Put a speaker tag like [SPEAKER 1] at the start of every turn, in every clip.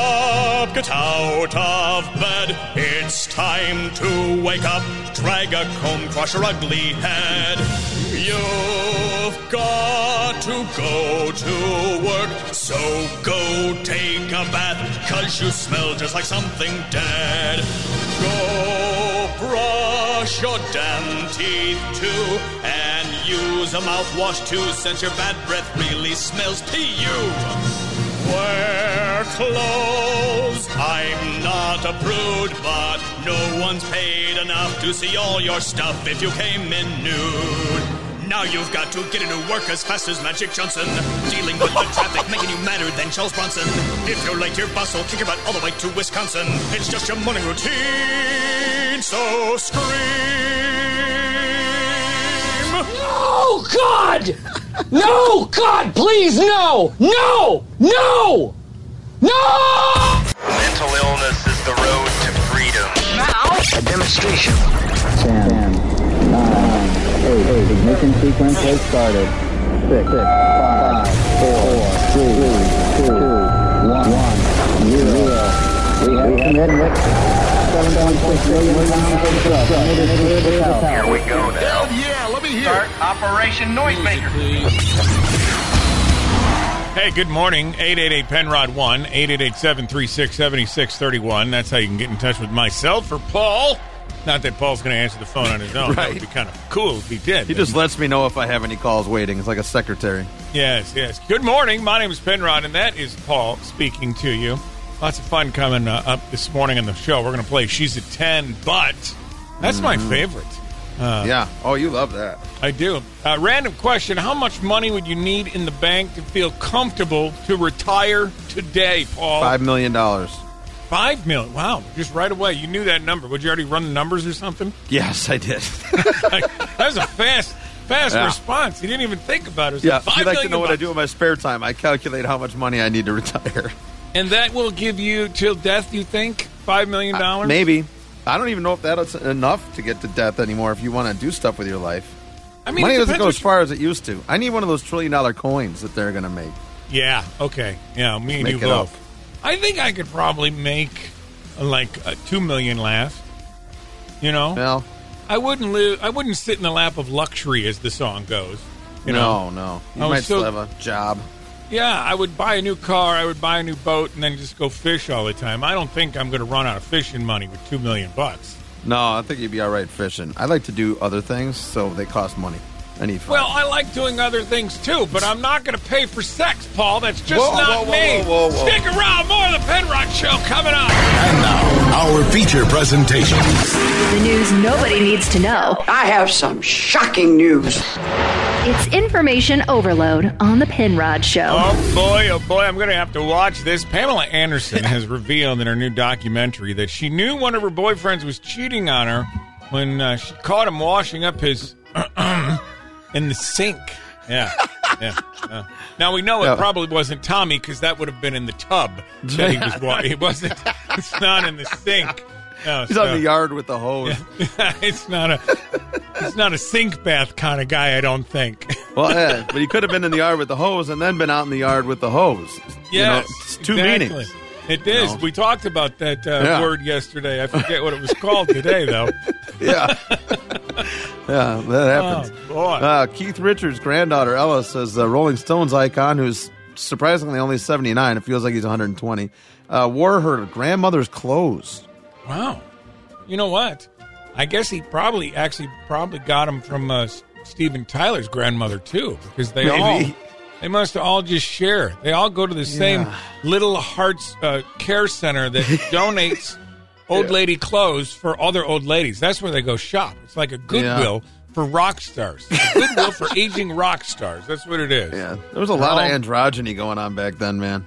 [SPEAKER 1] up, get out of bed. It's time to wake up. Drag a comb, crush your ugly head. You've got to go to work, so go take a bath, cause you smell just like something dead. Go brush your damn teeth too, and use a mouthwash too, since your bad breath really smells to you. Wear clothes. I'm not a prude, but no one's paid enough to see all your stuff if you came in nude. Now you've got to get into work as fast as Magic Johnson. Dealing with the traffic, making you madder than Charles Bronson. If you're late, your boss will kick your butt all the way to Wisconsin. It's just your morning routine, so scream!
[SPEAKER 2] No, God! No, God, please, no! No! No! No!
[SPEAKER 3] Mental illness is the road to freedom.
[SPEAKER 4] Now,
[SPEAKER 5] A demonstration.
[SPEAKER 6] Ten, nine, eight, eight. Ignition sequence has started. Six, six, five, four, three, two, one, one, zero. We have commitment. Seven point six million pounds of drugs. Committed to this house.
[SPEAKER 3] Here we go now.
[SPEAKER 7] Yeah, let me hear.
[SPEAKER 3] Start Operation Noisemaker.
[SPEAKER 8] Hey, good morning. 888 Penrod 1 888 736 7631. That's how you can get in touch with myself or Paul. Not that Paul's going to answer the phone on his own. That would
[SPEAKER 7] Right.
[SPEAKER 8] be kind of cool if he did.
[SPEAKER 7] He just lets me know if I have any calls waiting. It's like a secretary.
[SPEAKER 8] Yes, yes. Good morning. My name is Penrod, and that is Paul speaking to you. Lots of fun coming uh, up this morning on the show. We're going to play She's a 10, but that's my
[SPEAKER 7] Mm-hmm.
[SPEAKER 8] favorite. Uh.
[SPEAKER 7] yeah. Oh, you love that.
[SPEAKER 8] I do. Uh, random question How much money would you need in the bank to feel comfortable to retire today, Paul?
[SPEAKER 7] Five million dollars.
[SPEAKER 8] Five million. Wow. Just right away. You knew that number. Would you already run the numbers or something?
[SPEAKER 7] Yes, I did.
[SPEAKER 8] Like, that was a fast, fast
[SPEAKER 7] Yeah.
[SPEAKER 8] response. You didn't even think about it. It's
[SPEAKER 7] yeah.
[SPEAKER 8] like
[SPEAKER 7] If
[SPEAKER 8] five
[SPEAKER 7] you'd like to
[SPEAKER 8] million
[SPEAKER 7] know what I
[SPEAKER 8] bucks.
[SPEAKER 7] do in my spare time, I calculate how much money I need to retire.
[SPEAKER 8] And that will give you till death, you think? Five million
[SPEAKER 7] Uh,
[SPEAKER 8] dollars?
[SPEAKER 7] Maybe. I don't even know if that's enough to get to death anymore. If you want to do stuff with your life,
[SPEAKER 8] I mean,
[SPEAKER 7] money
[SPEAKER 8] it
[SPEAKER 7] doesn't
[SPEAKER 8] depends
[SPEAKER 7] go
[SPEAKER 8] what
[SPEAKER 7] as
[SPEAKER 8] you-
[SPEAKER 7] far as it used to. I need one of those trillion dollar coins that they're going to make.
[SPEAKER 8] Yeah. Okay. Yeah. Me and
[SPEAKER 7] make
[SPEAKER 8] you
[SPEAKER 7] it
[SPEAKER 8] both.
[SPEAKER 7] up.
[SPEAKER 8] I think I could probably make uh, like uh, two million last. You know,
[SPEAKER 7] Well,
[SPEAKER 8] I wouldn't live. I wouldn't sit in the lap of luxury, as the song goes. You know,
[SPEAKER 7] no, no. You
[SPEAKER 8] I was
[SPEAKER 7] might still
[SPEAKER 8] so-
[SPEAKER 7] have a job.
[SPEAKER 8] Yeah, I would buy a new car, I would buy a new boat, and then just go fish all the time. I don't think I'm going to run out of fishing money with two million bucks.
[SPEAKER 7] No, I think you'd be all right fishing. I like to do other things, so they cost money. I need fun.
[SPEAKER 8] Well, I like doing other things too, but I'm not going to pay for sex, Paul. That's just
[SPEAKER 7] Whoa,
[SPEAKER 8] not
[SPEAKER 7] whoa, whoa,
[SPEAKER 8] me.
[SPEAKER 7] whoa, whoa, whoa.
[SPEAKER 8] Stick around, more of the Penrock Show coming up.
[SPEAKER 9] And now, our feature presentation.
[SPEAKER 4] the news nobody needs to know.
[SPEAKER 10] I have some shocking news.
[SPEAKER 4] It's information overload on the Penrod Show.
[SPEAKER 8] Oh boy, oh boy, I'm going to have to watch this. Pamela Anderson has revealed in her new documentary that she knew one of her boyfriends was cheating on her when uh, she caught him washing up his in the sink. Yeah. Yeah. yeah. now we know it
[SPEAKER 7] Yeah.
[SPEAKER 8] probably wasn't Tommy because that would have been in the tub that he was. Wa- it wasn't. It's not in the sink. No,
[SPEAKER 7] He's
[SPEAKER 8] so-
[SPEAKER 7] on the yard with the hose.
[SPEAKER 8] it's not a. It's not a sink bath kind of guy. I don't think.
[SPEAKER 7] Well, yeah, but he could have been in the yard with the hose and then been out in the yard with the hose. You know,
[SPEAKER 8] Yes,
[SPEAKER 7] it's two
[SPEAKER 8] exactly.
[SPEAKER 7] meanings.
[SPEAKER 8] It is. We talked about that uh,
[SPEAKER 7] Yeah.
[SPEAKER 8] word yesterday. I forget what it was called today, though.
[SPEAKER 7] Yeah. yeah, that happens.
[SPEAKER 8] Oh, boy.
[SPEAKER 7] Uh, Keith Richards' granddaughter, Ella, says the Rolling Stones icon, who's surprisingly only 79, it feels like he's 120, uh, wore her grandmother's clothes.
[SPEAKER 8] Wow. You know what? I guess he probably actually probably got him from uh, S- Steven Tyler's grandmother too, because they
[SPEAKER 7] Maybe.
[SPEAKER 8] all they must all just share. They all go to the same
[SPEAKER 7] Yeah.
[SPEAKER 8] little hearts uh, care center that donates old lady clothes for other old ladies. That's where they go shop. It's like a Goodwill for rock stars, a Goodwill for aging rock stars. That's what it is.
[SPEAKER 7] Yeah. There was a lot
[SPEAKER 8] all-
[SPEAKER 7] of androgyny going on back then, man.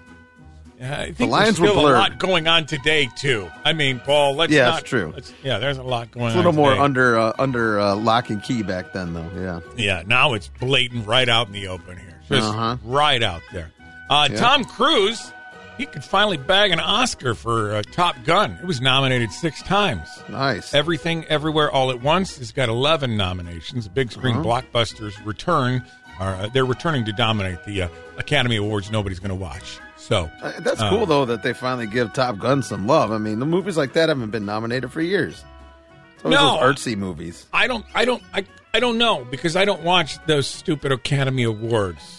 [SPEAKER 8] Yeah, I think
[SPEAKER 7] lines
[SPEAKER 8] there's
[SPEAKER 7] were
[SPEAKER 8] still
[SPEAKER 7] blurred.
[SPEAKER 8] a lot going on today too. I mean, Paul, let's
[SPEAKER 7] Yeah,
[SPEAKER 8] not-
[SPEAKER 7] it's true.
[SPEAKER 8] let's- yeah, there's a lot going
[SPEAKER 7] It's a
[SPEAKER 8] on.
[SPEAKER 7] little more
[SPEAKER 8] today.
[SPEAKER 7] under uh, under uh, lock and key back then, though. Yeah.
[SPEAKER 8] Yeah, now it's blatant right out in the open here. Just
[SPEAKER 7] Uh-huh.
[SPEAKER 8] right out there. Uh,
[SPEAKER 7] Yeah.
[SPEAKER 8] Tom Cruise, he could finally bag an Oscar for uh, Top Gun. It was nominated six times.
[SPEAKER 7] Nice.
[SPEAKER 8] Everything, Everywhere, All at Once has got 11 nominations. Big screen
[SPEAKER 7] Uh-huh.
[SPEAKER 8] blockbusters return. Are, uh, they're returning to dominate the uh, Academy Awards nobody's going to watch. So
[SPEAKER 7] Uh, That's
[SPEAKER 8] Oh.
[SPEAKER 7] cool though that they finally give Top Gun some love. I mean, the movies like that haven't been nominated for years. It's always
[SPEAKER 8] No.
[SPEAKER 7] those artsy movies.
[SPEAKER 8] I don't, I don't, I, I don't know because I don't watch those stupid Academy Awards.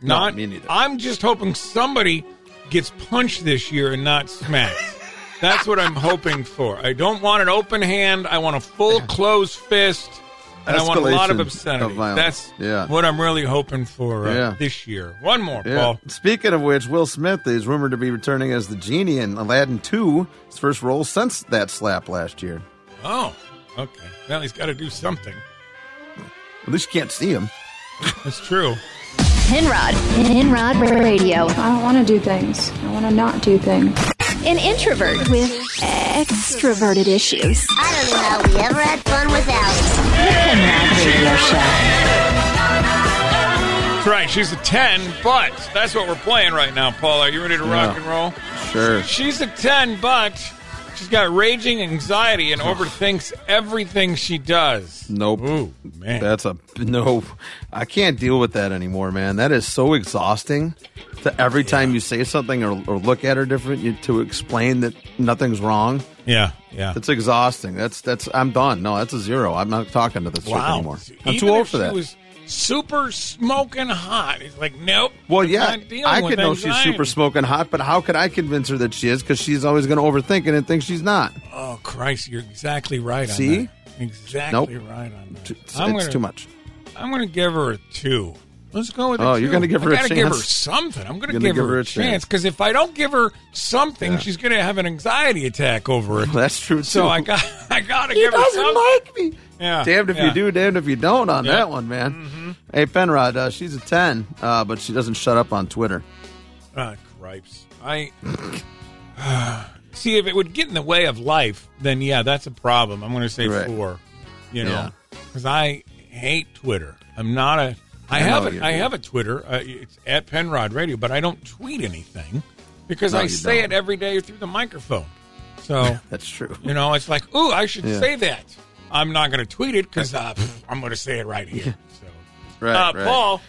[SPEAKER 7] No, me neither.
[SPEAKER 8] I'm just hoping somebody gets punched this year and not smacked. That's what I'm hoping for. I don't want an open hand. I want a full closed fist. And I want a lot of
[SPEAKER 7] Escalation
[SPEAKER 8] obscenity.
[SPEAKER 7] of violence.
[SPEAKER 8] That's
[SPEAKER 7] Yeah.
[SPEAKER 8] what I'm really hoping for uh,
[SPEAKER 7] Yeah.
[SPEAKER 8] this year. One more,
[SPEAKER 7] Yeah.
[SPEAKER 8] Paul.
[SPEAKER 7] Speaking of which, Will Smith is rumored to be returning as the genie in Aladdin 2, his first role since that slap last year.
[SPEAKER 8] Oh, okay. Well, he's got to do something.
[SPEAKER 7] At least you can't see him.
[SPEAKER 8] That's true.
[SPEAKER 4] Pinrod, Pinrod Radio,
[SPEAKER 5] I don't want to do things. I want to not do things.
[SPEAKER 4] an introvert with extroverted issues.
[SPEAKER 11] I don't know how we ever had fun without it.
[SPEAKER 8] That's right. She's a 10, but that's what we're playing right now, Paul. Are you ready to rock
[SPEAKER 7] Yeah.
[SPEAKER 8] and roll?
[SPEAKER 7] Sure.
[SPEAKER 8] She's a 10, but she's got raging anxiety and overthinks everything she does.
[SPEAKER 7] Nope.
[SPEAKER 8] Ooh, man.
[SPEAKER 7] That's a no. I can't deal with that anymore, man. That is so exhausting. To every time you say something or, or look at her different, you to explain that nothing's wrong.
[SPEAKER 8] yeah, yeah.
[SPEAKER 7] That's exhausting. That's that's. I'm done. No, that's a zero. I'm not talking to this chick anymore. I'm
[SPEAKER 8] Even
[SPEAKER 7] too old
[SPEAKER 8] if
[SPEAKER 7] for
[SPEAKER 8] she
[SPEAKER 7] that.
[SPEAKER 8] was super smoking hot. It's like, nope.
[SPEAKER 7] well,
[SPEAKER 8] I'm
[SPEAKER 7] yeah,
[SPEAKER 8] not dealing
[SPEAKER 7] I
[SPEAKER 8] with
[SPEAKER 7] could know she's
[SPEAKER 8] anxiety.
[SPEAKER 7] super smoking hot, but how could I convince her that she is? Because she's always going to overthink it and think she's not.
[SPEAKER 8] Oh, Christ. You're exactly right on
[SPEAKER 7] See?
[SPEAKER 8] that. Exactly
[SPEAKER 7] Nope.
[SPEAKER 8] right on that.
[SPEAKER 7] It's,
[SPEAKER 8] I'm
[SPEAKER 7] it's
[SPEAKER 8] gonna-
[SPEAKER 7] too much.
[SPEAKER 8] I'm going to give her a two. Let's go with. A
[SPEAKER 7] Oh, you're
[SPEAKER 8] 2
[SPEAKER 7] gonna give her
[SPEAKER 8] I
[SPEAKER 7] a
[SPEAKER 8] gotta give her
[SPEAKER 7] chance?
[SPEAKER 8] something. I'm going to
[SPEAKER 7] Gonna
[SPEAKER 8] give, her a chance because if I don't give her something,
[SPEAKER 7] Yeah.
[SPEAKER 8] she's going to have an anxiety attack over it.
[SPEAKER 7] That's true,
[SPEAKER 8] So
[SPEAKER 7] too.
[SPEAKER 8] I got I got to
[SPEAKER 7] He
[SPEAKER 8] give her
[SPEAKER 7] doesn't
[SPEAKER 8] something.
[SPEAKER 7] like me.
[SPEAKER 8] Yeah,
[SPEAKER 7] Damned if
[SPEAKER 8] yeah.
[SPEAKER 7] you do, damned if you don't on
[SPEAKER 8] Yeah. Mm-hmm.
[SPEAKER 7] that one, man. Hey, Penrod, uh, she's a 10, uh, but she doesn't shut up on Twitter.
[SPEAKER 8] Ah, gripes. I see if it would get in the way of life, then yeah, that's a problem. I'm going to say
[SPEAKER 7] Right.
[SPEAKER 8] four. You
[SPEAKER 7] Yeah.
[SPEAKER 8] know, because I hate Twitter. I'm not a. I
[SPEAKER 7] I know
[SPEAKER 8] have
[SPEAKER 7] you
[SPEAKER 8] a, I
[SPEAKER 7] do.
[SPEAKER 8] have a Twitter. Uh, it's at Penrod Radio, but I don't tweet anything because
[SPEAKER 7] No,
[SPEAKER 8] I
[SPEAKER 7] you
[SPEAKER 8] say
[SPEAKER 7] don't.
[SPEAKER 8] it every day through the microphone. So
[SPEAKER 7] That's true.
[SPEAKER 8] you know, it's like, ooh, I should
[SPEAKER 7] Yeah.
[SPEAKER 8] say that. I'm not going to tweet it because uh, pff, I'm going to say it right here. So
[SPEAKER 7] Right,
[SPEAKER 8] uh,
[SPEAKER 7] right.
[SPEAKER 8] Paul,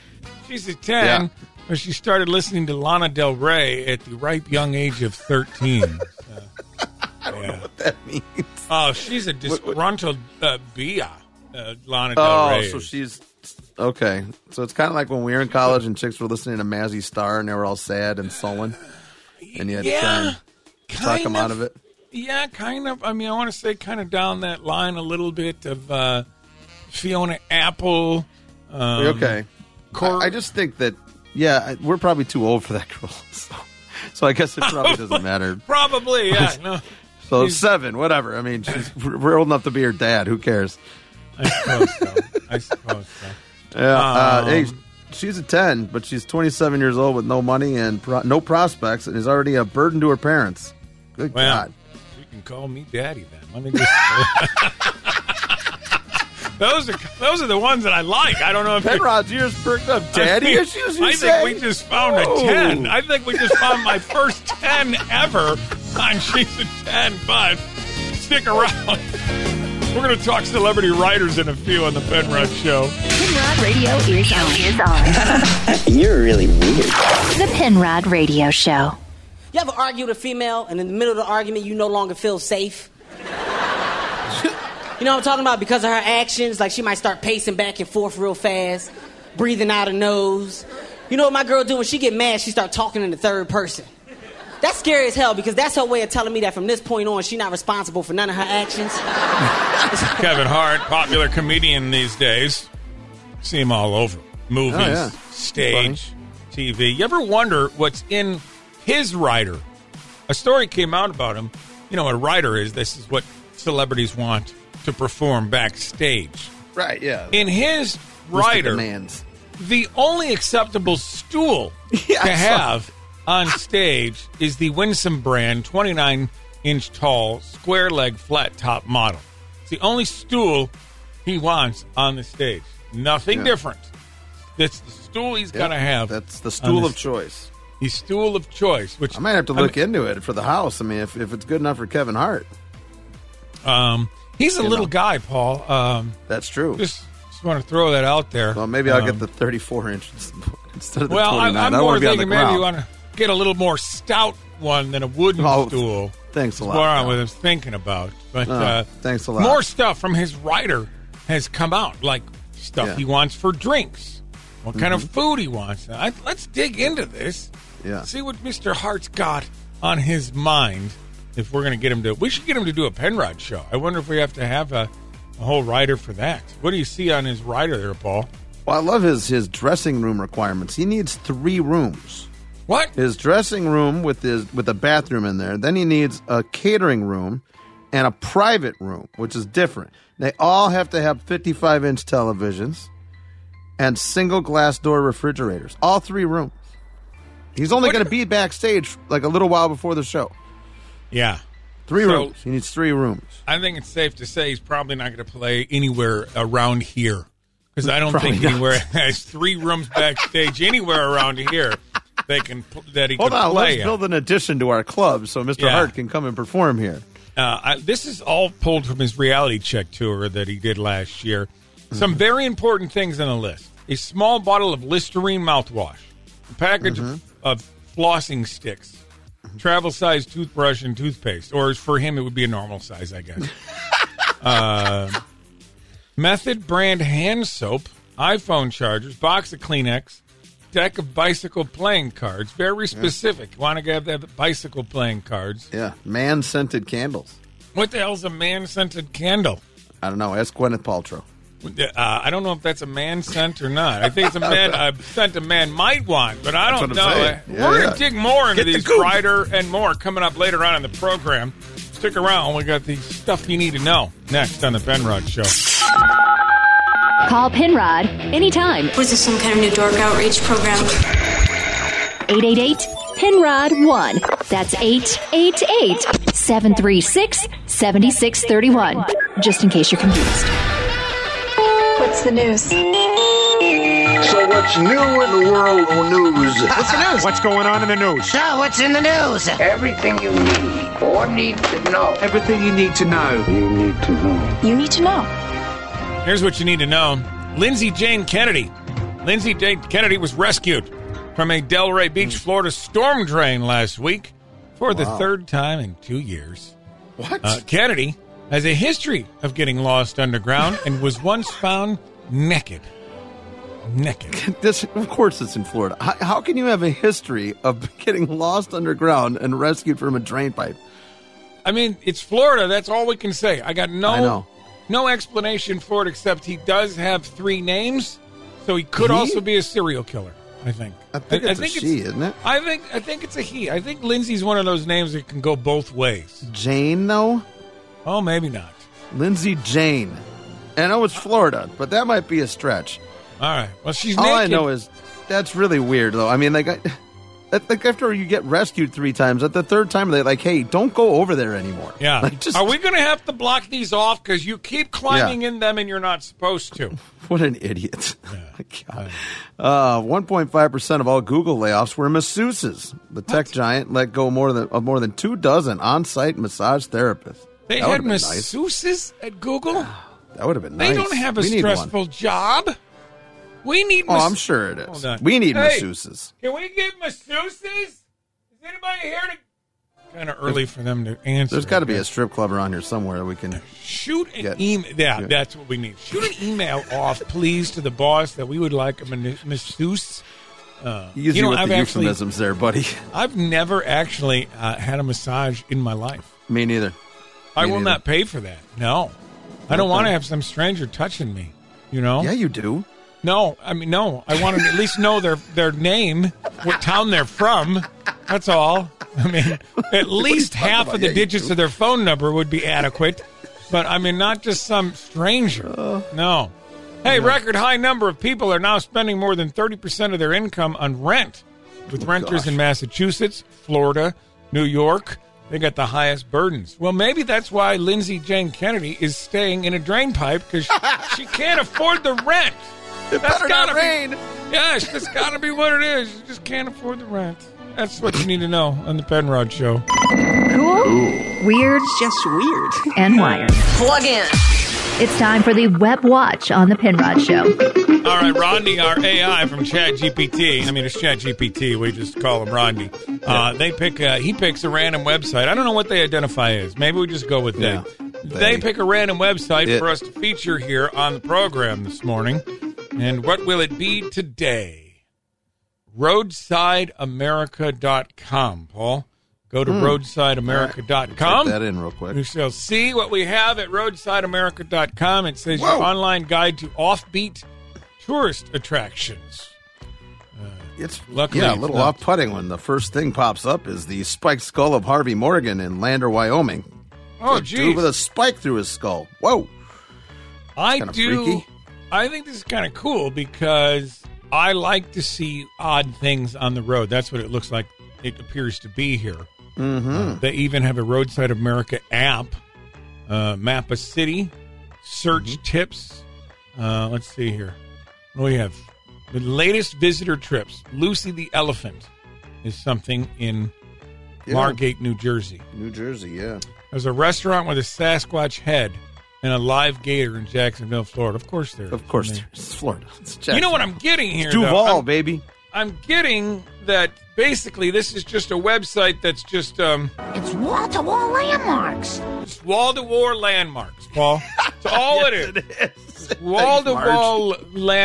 [SPEAKER 8] she's a 10,
[SPEAKER 7] Yeah.
[SPEAKER 8] but she started listening to Lana Del Rey at the ripe young age of 13. I don't know what that means. Oh, she's a disgruntled uh, Bia, uh, Lana Del
[SPEAKER 7] Oh,
[SPEAKER 8] Rey.
[SPEAKER 7] so she's. Okay. So it's kind of like when we were in college and chicks were listening to Mazzy Star and they were all sad and sullen. And you had to try
[SPEAKER 8] yeah,
[SPEAKER 7] and talk them out of it.
[SPEAKER 8] Yeah, kind of. I mean, I want to say kind of down that line a little bit of uh, Fiona Apple. Um,
[SPEAKER 7] okay.
[SPEAKER 8] Cor-
[SPEAKER 7] I, I just think that, yeah, I- we're probably too old for that girl. So, so I guess it probably doesn't matter.
[SPEAKER 8] Probably, yeah. No,
[SPEAKER 7] So seven, whatever. I mean, she's, we're old enough to be her dad. Who cares?
[SPEAKER 8] I suppose so. I suppose so.
[SPEAKER 7] Yeah.
[SPEAKER 8] Um,
[SPEAKER 7] uh, hey, she's a 10, but she's 27 years old with no money and pro- no prospects and is already a burden to her parents. Good
[SPEAKER 8] Well,
[SPEAKER 7] God.
[SPEAKER 8] you can call me daddy then. Let me just. those are those are the ones that I like. I don't know if you-
[SPEAKER 7] Penrod's ears perked up.
[SPEAKER 8] I
[SPEAKER 7] Daddy
[SPEAKER 8] think-
[SPEAKER 7] issues, you
[SPEAKER 8] I
[SPEAKER 7] say?
[SPEAKER 8] think we just found a
[SPEAKER 7] Oh.
[SPEAKER 8] ten. I think we just found my first ten ever on She's a Ten. But stick around. We're going to talk celebrity writers in a few on the Penrod Show.
[SPEAKER 4] Pinrod Radio is on. Is on.
[SPEAKER 6] You're really weird.
[SPEAKER 4] the Pinrod Radio Show.
[SPEAKER 11] You ever argued with a female, and in the middle of the argument, you no longer feel safe? you know what I'm talking about? Because of her actions, like she might start pacing back and forth real fast, breathing out her nose. You know what my girl do when she get mad? She start talking in the third person. That's scary as hell because that's her way of telling me that from this point on, she not responsible for none of her actions.
[SPEAKER 8] Kevin Hart, popular comedian these days. See him all over movies,
[SPEAKER 7] Oh, yeah.
[SPEAKER 8] stage, TV. You ever wonder what's in his writer? A story came out about him. You know, what a writer is this is what celebrities want to perform backstage.
[SPEAKER 7] Right, yeah.
[SPEAKER 8] In his
[SPEAKER 7] List of
[SPEAKER 8] writer,
[SPEAKER 7] Demands.
[SPEAKER 8] the only acceptable stool
[SPEAKER 7] Yeah,
[SPEAKER 8] to
[SPEAKER 7] I saw
[SPEAKER 8] have on stage is the Winsome brand 29 inch tall square leg flat top model. It's the only stool he wants on the stage. Nothing different. That's the stool he's got to have.
[SPEAKER 7] That's the
[SPEAKER 8] on
[SPEAKER 7] stool
[SPEAKER 8] the-
[SPEAKER 7] of choice.
[SPEAKER 8] the stool of choice. Which
[SPEAKER 7] I might have to look
[SPEAKER 8] mean,
[SPEAKER 7] into it for the house. I mean, if, if it's good enough for Kevin Hart,
[SPEAKER 8] Um, he's a
[SPEAKER 7] You
[SPEAKER 8] little
[SPEAKER 7] know.
[SPEAKER 8] guy, Paul. Um,
[SPEAKER 7] that's true.
[SPEAKER 8] just just want to throw that out there.
[SPEAKER 7] well, maybe I'll
[SPEAKER 8] Um,
[SPEAKER 7] get the 34 inch instead of the
[SPEAKER 8] Well, I, I'm
[SPEAKER 7] 29. I don't
[SPEAKER 8] more
[SPEAKER 7] want to be on the
[SPEAKER 8] thinking maybe
[SPEAKER 7] ground.
[SPEAKER 8] you want to get a little more stout one than a wooden
[SPEAKER 7] Oh,
[SPEAKER 8] stool.
[SPEAKER 7] thanks a
[SPEAKER 8] That's
[SPEAKER 7] lot,
[SPEAKER 8] What I
[SPEAKER 7] pal.
[SPEAKER 8] was thinking about, but
[SPEAKER 7] Oh,
[SPEAKER 8] uh,
[SPEAKER 7] thanks a lot.
[SPEAKER 8] More stuff from his writer has come out, like stuff
[SPEAKER 7] Yeah. Mm-hmm.
[SPEAKER 8] he wants for drinks, what kind of food he wants. I, let's dig into this.
[SPEAKER 7] Yeah.
[SPEAKER 8] See what Mister Hart's got on his mind. If we're gonna get him to, we should get him to do a Penrod show. I wonder if we have to have a, a whole writer for that. What do you see on his writer there, Paul?
[SPEAKER 7] Well, I love his his dressing room requirements. He needs three rooms.
[SPEAKER 8] What?
[SPEAKER 7] His dressing room with his with a bathroom in there. Then he needs a catering room and a private room, which is different. They all have to have 55 inch televisions and single glass door refrigerators. All three rooms. He's only
[SPEAKER 8] What-
[SPEAKER 7] going to be backstage like a little while before the show.
[SPEAKER 8] Yeah.
[SPEAKER 7] Three
[SPEAKER 8] So-
[SPEAKER 7] rooms. He needs three rooms.
[SPEAKER 8] I think it's safe to say he's probably not going to play anywhere around here because I don't
[SPEAKER 7] Probably
[SPEAKER 8] think
[SPEAKER 7] not.
[SPEAKER 8] anywhere has three rooms backstage anywhere around here they can pl- that he
[SPEAKER 7] Hold
[SPEAKER 8] can
[SPEAKER 7] on,
[SPEAKER 8] play.
[SPEAKER 7] let's
[SPEAKER 8] in.
[SPEAKER 7] build an addition to our club so Mr.
[SPEAKER 8] Yeah.
[SPEAKER 7] Hart can come and perform here.
[SPEAKER 8] Uh, I, this is all pulled from his reality check tour that he did last year. Some very important things on the list: a small bottle of Listerine mouthwash, a package of, of flossing sticks, travel size toothbrush and toothpaste, or for him it would be a normal size, I guess. Uh, Method brand hand soap, iPhone chargers, box of Kleenex, deck of bicycle playing cards. Very specific. Want to get the bicycle playing cards.
[SPEAKER 7] Yeah, man scented candles.
[SPEAKER 8] What the hell's a man scented candle?
[SPEAKER 7] I don't know. Ask Gwyneth Paltrow.
[SPEAKER 8] Uh, I don't know if that's a man scent or not. I think it's a man a scent a man might want, but I don't
[SPEAKER 7] That's
[SPEAKER 8] know.
[SPEAKER 7] what I'm saying. Yeah,
[SPEAKER 8] We're
[SPEAKER 7] yeah.
[SPEAKER 8] gonna dig more into
[SPEAKER 7] Get the
[SPEAKER 8] these
[SPEAKER 7] goop.
[SPEAKER 8] writer and more coming up later on in the program. Stick around. We got the stuff you need to know next on the Benrod Show.
[SPEAKER 4] Call Penrod anytime.
[SPEAKER 12] Was this some kind of new dork outreach program?
[SPEAKER 4] 888 Penrod 1. That's 888 736 7631. Just in case you're confused.
[SPEAKER 5] What's the news?
[SPEAKER 13] So what's new in the world of news? What's the news?
[SPEAKER 14] What's going on in the news?
[SPEAKER 13] So what's in the news? Everything you need or need to know.
[SPEAKER 14] Everything you need to know. You need to know.
[SPEAKER 5] You need to know.
[SPEAKER 8] Here's what you need to know Lindsay Jane Kennedy. Lindsay Jane Kennedy was rescued from a Delray
[SPEAKER 7] Hmm.
[SPEAKER 8] Beach, Florida storm drain last week for the
[SPEAKER 15] Wow.
[SPEAKER 8] third time in two years.
[SPEAKER 7] What?
[SPEAKER 8] Uh, Kennedy has a history of getting lost underground and was once found naked. Naked.
[SPEAKER 7] This, of course, it's in Florida. How, how can you have a history of getting lost underground and rescued from a drain pipe?
[SPEAKER 8] I mean, it's Florida. That's all we can say. I got no
[SPEAKER 7] I know.
[SPEAKER 8] no explanation for it except he does have three names, so he could
[SPEAKER 7] He?
[SPEAKER 8] also be a serial killer. I think.
[SPEAKER 7] I think
[SPEAKER 8] I- I
[SPEAKER 7] it's
[SPEAKER 8] think
[SPEAKER 7] a
[SPEAKER 8] it's-
[SPEAKER 7] she, isn't it?
[SPEAKER 8] I think I think it's a he. I think Lindsay's one of those names that can go both ways.
[SPEAKER 7] Jane, though?
[SPEAKER 8] Oh, maybe not.
[SPEAKER 7] Lindsay Jane. I know it's Florida, but that might be a stretch.
[SPEAKER 8] All right. Well, she's
[SPEAKER 7] All I
[SPEAKER 8] naked.
[SPEAKER 7] know is that's really weird, though. I mean, like, I, that- like after you get rescued three times, at the third time, they're like, hey, don't go over there anymore.
[SPEAKER 8] Yeah.
[SPEAKER 7] Like, just,
[SPEAKER 8] Are we going to have to block these off because you keep climbing in them and you're not supposed to?
[SPEAKER 7] what an idiot. God. Uh, 1.5% of all Google layoffs were masseuses. The tech giant let go more than of more than two dozen on-site massage therapists.
[SPEAKER 8] They
[SPEAKER 7] that
[SPEAKER 8] had
[SPEAKER 7] would've been nice.
[SPEAKER 8] masseuses at Google.
[SPEAKER 7] That would have been
[SPEAKER 8] They
[SPEAKER 7] nice.
[SPEAKER 8] don't have a
[SPEAKER 7] We need one.
[SPEAKER 8] stressful job. We need.
[SPEAKER 7] Oh,
[SPEAKER 8] mas-
[SPEAKER 7] I'm sure it
[SPEAKER 8] Hold
[SPEAKER 7] is.
[SPEAKER 8] on.
[SPEAKER 7] We need
[SPEAKER 8] Hey,
[SPEAKER 7] masseuses.
[SPEAKER 8] Can we get masseuses? Is anybody here to? Kind of early for them to answer.
[SPEAKER 7] There's got to be a strip club around here somewhere that we can.
[SPEAKER 8] Shoot an
[SPEAKER 7] Get-
[SPEAKER 8] email. Yeah,
[SPEAKER 7] yeah.
[SPEAKER 8] that's what we need. Shoot an email off, please, to the boss that we would like a manu- masseuse. Uh,
[SPEAKER 7] Easy with
[SPEAKER 8] I've
[SPEAKER 7] the
[SPEAKER 8] actually,
[SPEAKER 7] euphemisms there, buddy.
[SPEAKER 8] I've never actually uh, had a massage in my life.
[SPEAKER 7] Me neither.
[SPEAKER 8] I
[SPEAKER 7] Me
[SPEAKER 8] will
[SPEAKER 7] neither.
[SPEAKER 8] not pay for that. No, I don't
[SPEAKER 7] Okay.
[SPEAKER 8] want to have some stranger touching me. You know?
[SPEAKER 7] Yeah, you do.
[SPEAKER 8] No, I mean no. I want to at least know their their name, what town they're from. That's all. I mean, at least
[SPEAKER 7] talking
[SPEAKER 8] half
[SPEAKER 7] about?
[SPEAKER 8] of the
[SPEAKER 7] Yeah, you
[SPEAKER 8] digits of their phone number would be adequate. But I mean, not just some stranger.
[SPEAKER 7] Uh.
[SPEAKER 8] no. Hey, record high number of people are now spending more than thirty percent of their income on rent, with
[SPEAKER 7] Oh,
[SPEAKER 8] renters in Massachusetts, Florida, New York. They got the highest burdens. Well, maybe that's why Lindsay Jane Kennedy is staying in a drain pipe because she can't afford the rent.
[SPEAKER 7] It
[SPEAKER 8] That's
[SPEAKER 7] better
[SPEAKER 8] gotta
[SPEAKER 7] not
[SPEAKER 8] be-
[SPEAKER 7] rain.
[SPEAKER 8] Yes, that's got to be what it is. You just can't afford the rent. That's what you need to know on the Penrod Show.
[SPEAKER 4] Cool, weird, just weird, and wired.
[SPEAKER 12] Plug in.
[SPEAKER 4] It's time for the Web Watch on the Pinrod Show.
[SPEAKER 8] All right, Rodney, our AI from ChatGPT. I mean, it's ChatGPT. We just call him Rodney. Uh, they pick. A, he picks a random website. I don't know what they identify as. Maybe we just go with
[SPEAKER 7] Yeah.
[SPEAKER 8] that. They,
[SPEAKER 7] They-
[SPEAKER 8] pick a random website
[SPEAKER 7] It-
[SPEAKER 8] for us to feature here on the program this morning. And what will it be today? RoadsideAmerica.com, Paul. Go to
[SPEAKER 7] Hmm.
[SPEAKER 8] RoadsideAmerica.com.
[SPEAKER 7] Type that in real quick.
[SPEAKER 8] We shall see what we have at roadsideamerica.com. It says your online guide to offbeat tourist attractions.
[SPEAKER 7] It's
[SPEAKER 8] Luckily,
[SPEAKER 7] yeah, a
[SPEAKER 8] it's
[SPEAKER 7] little
[SPEAKER 8] not.
[SPEAKER 7] off putting when the first thing pops up is the spiked skull of Harvey Morgan in Lander, Wyoming.
[SPEAKER 8] Oh,
[SPEAKER 7] A dude
[SPEAKER 8] geez.
[SPEAKER 7] with a spike through his skull. Whoa!
[SPEAKER 8] I
[SPEAKER 7] kinda
[SPEAKER 8] do.
[SPEAKER 7] freaky.
[SPEAKER 8] I think this is kind of cool because I like to see odd things on the road. That's what it looks like. It appears to be here. Uh,
[SPEAKER 7] Mm-hmm.
[SPEAKER 8] They even have a Roadside America app, uh, map a city, search
[SPEAKER 7] Mm-hmm.
[SPEAKER 8] tips. Uh, let's see here. What do we have? The latest visitor trips. Lucy the elephant is something in
[SPEAKER 7] Yeah.
[SPEAKER 8] Margate, New Jersey.
[SPEAKER 7] New Jersey, yeah.
[SPEAKER 8] There's a restaurant with a Sasquatch head and a live gator in Jacksonville, Florida. Of course there is.
[SPEAKER 7] Of course,
[SPEAKER 8] I mean,
[SPEAKER 7] there- it's Florida. It's
[SPEAKER 8] You know what
[SPEAKER 7] Jackson.
[SPEAKER 8] I'm getting here?
[SPEAKER 7] It's
[SPEAKER 8] though?
[SPEAKER 7] Duval,
[SPEAKER 8] I'm-
[SPEAKER 7] baby.
[SPEAKER 8] I'm getting that basically this is just a website that's just um
[SPEAKER 15] It's wall to wall landmarks.
[SPEAKER 8] It's wall to wall landmarks, Paul. It's all it is. Wall to wall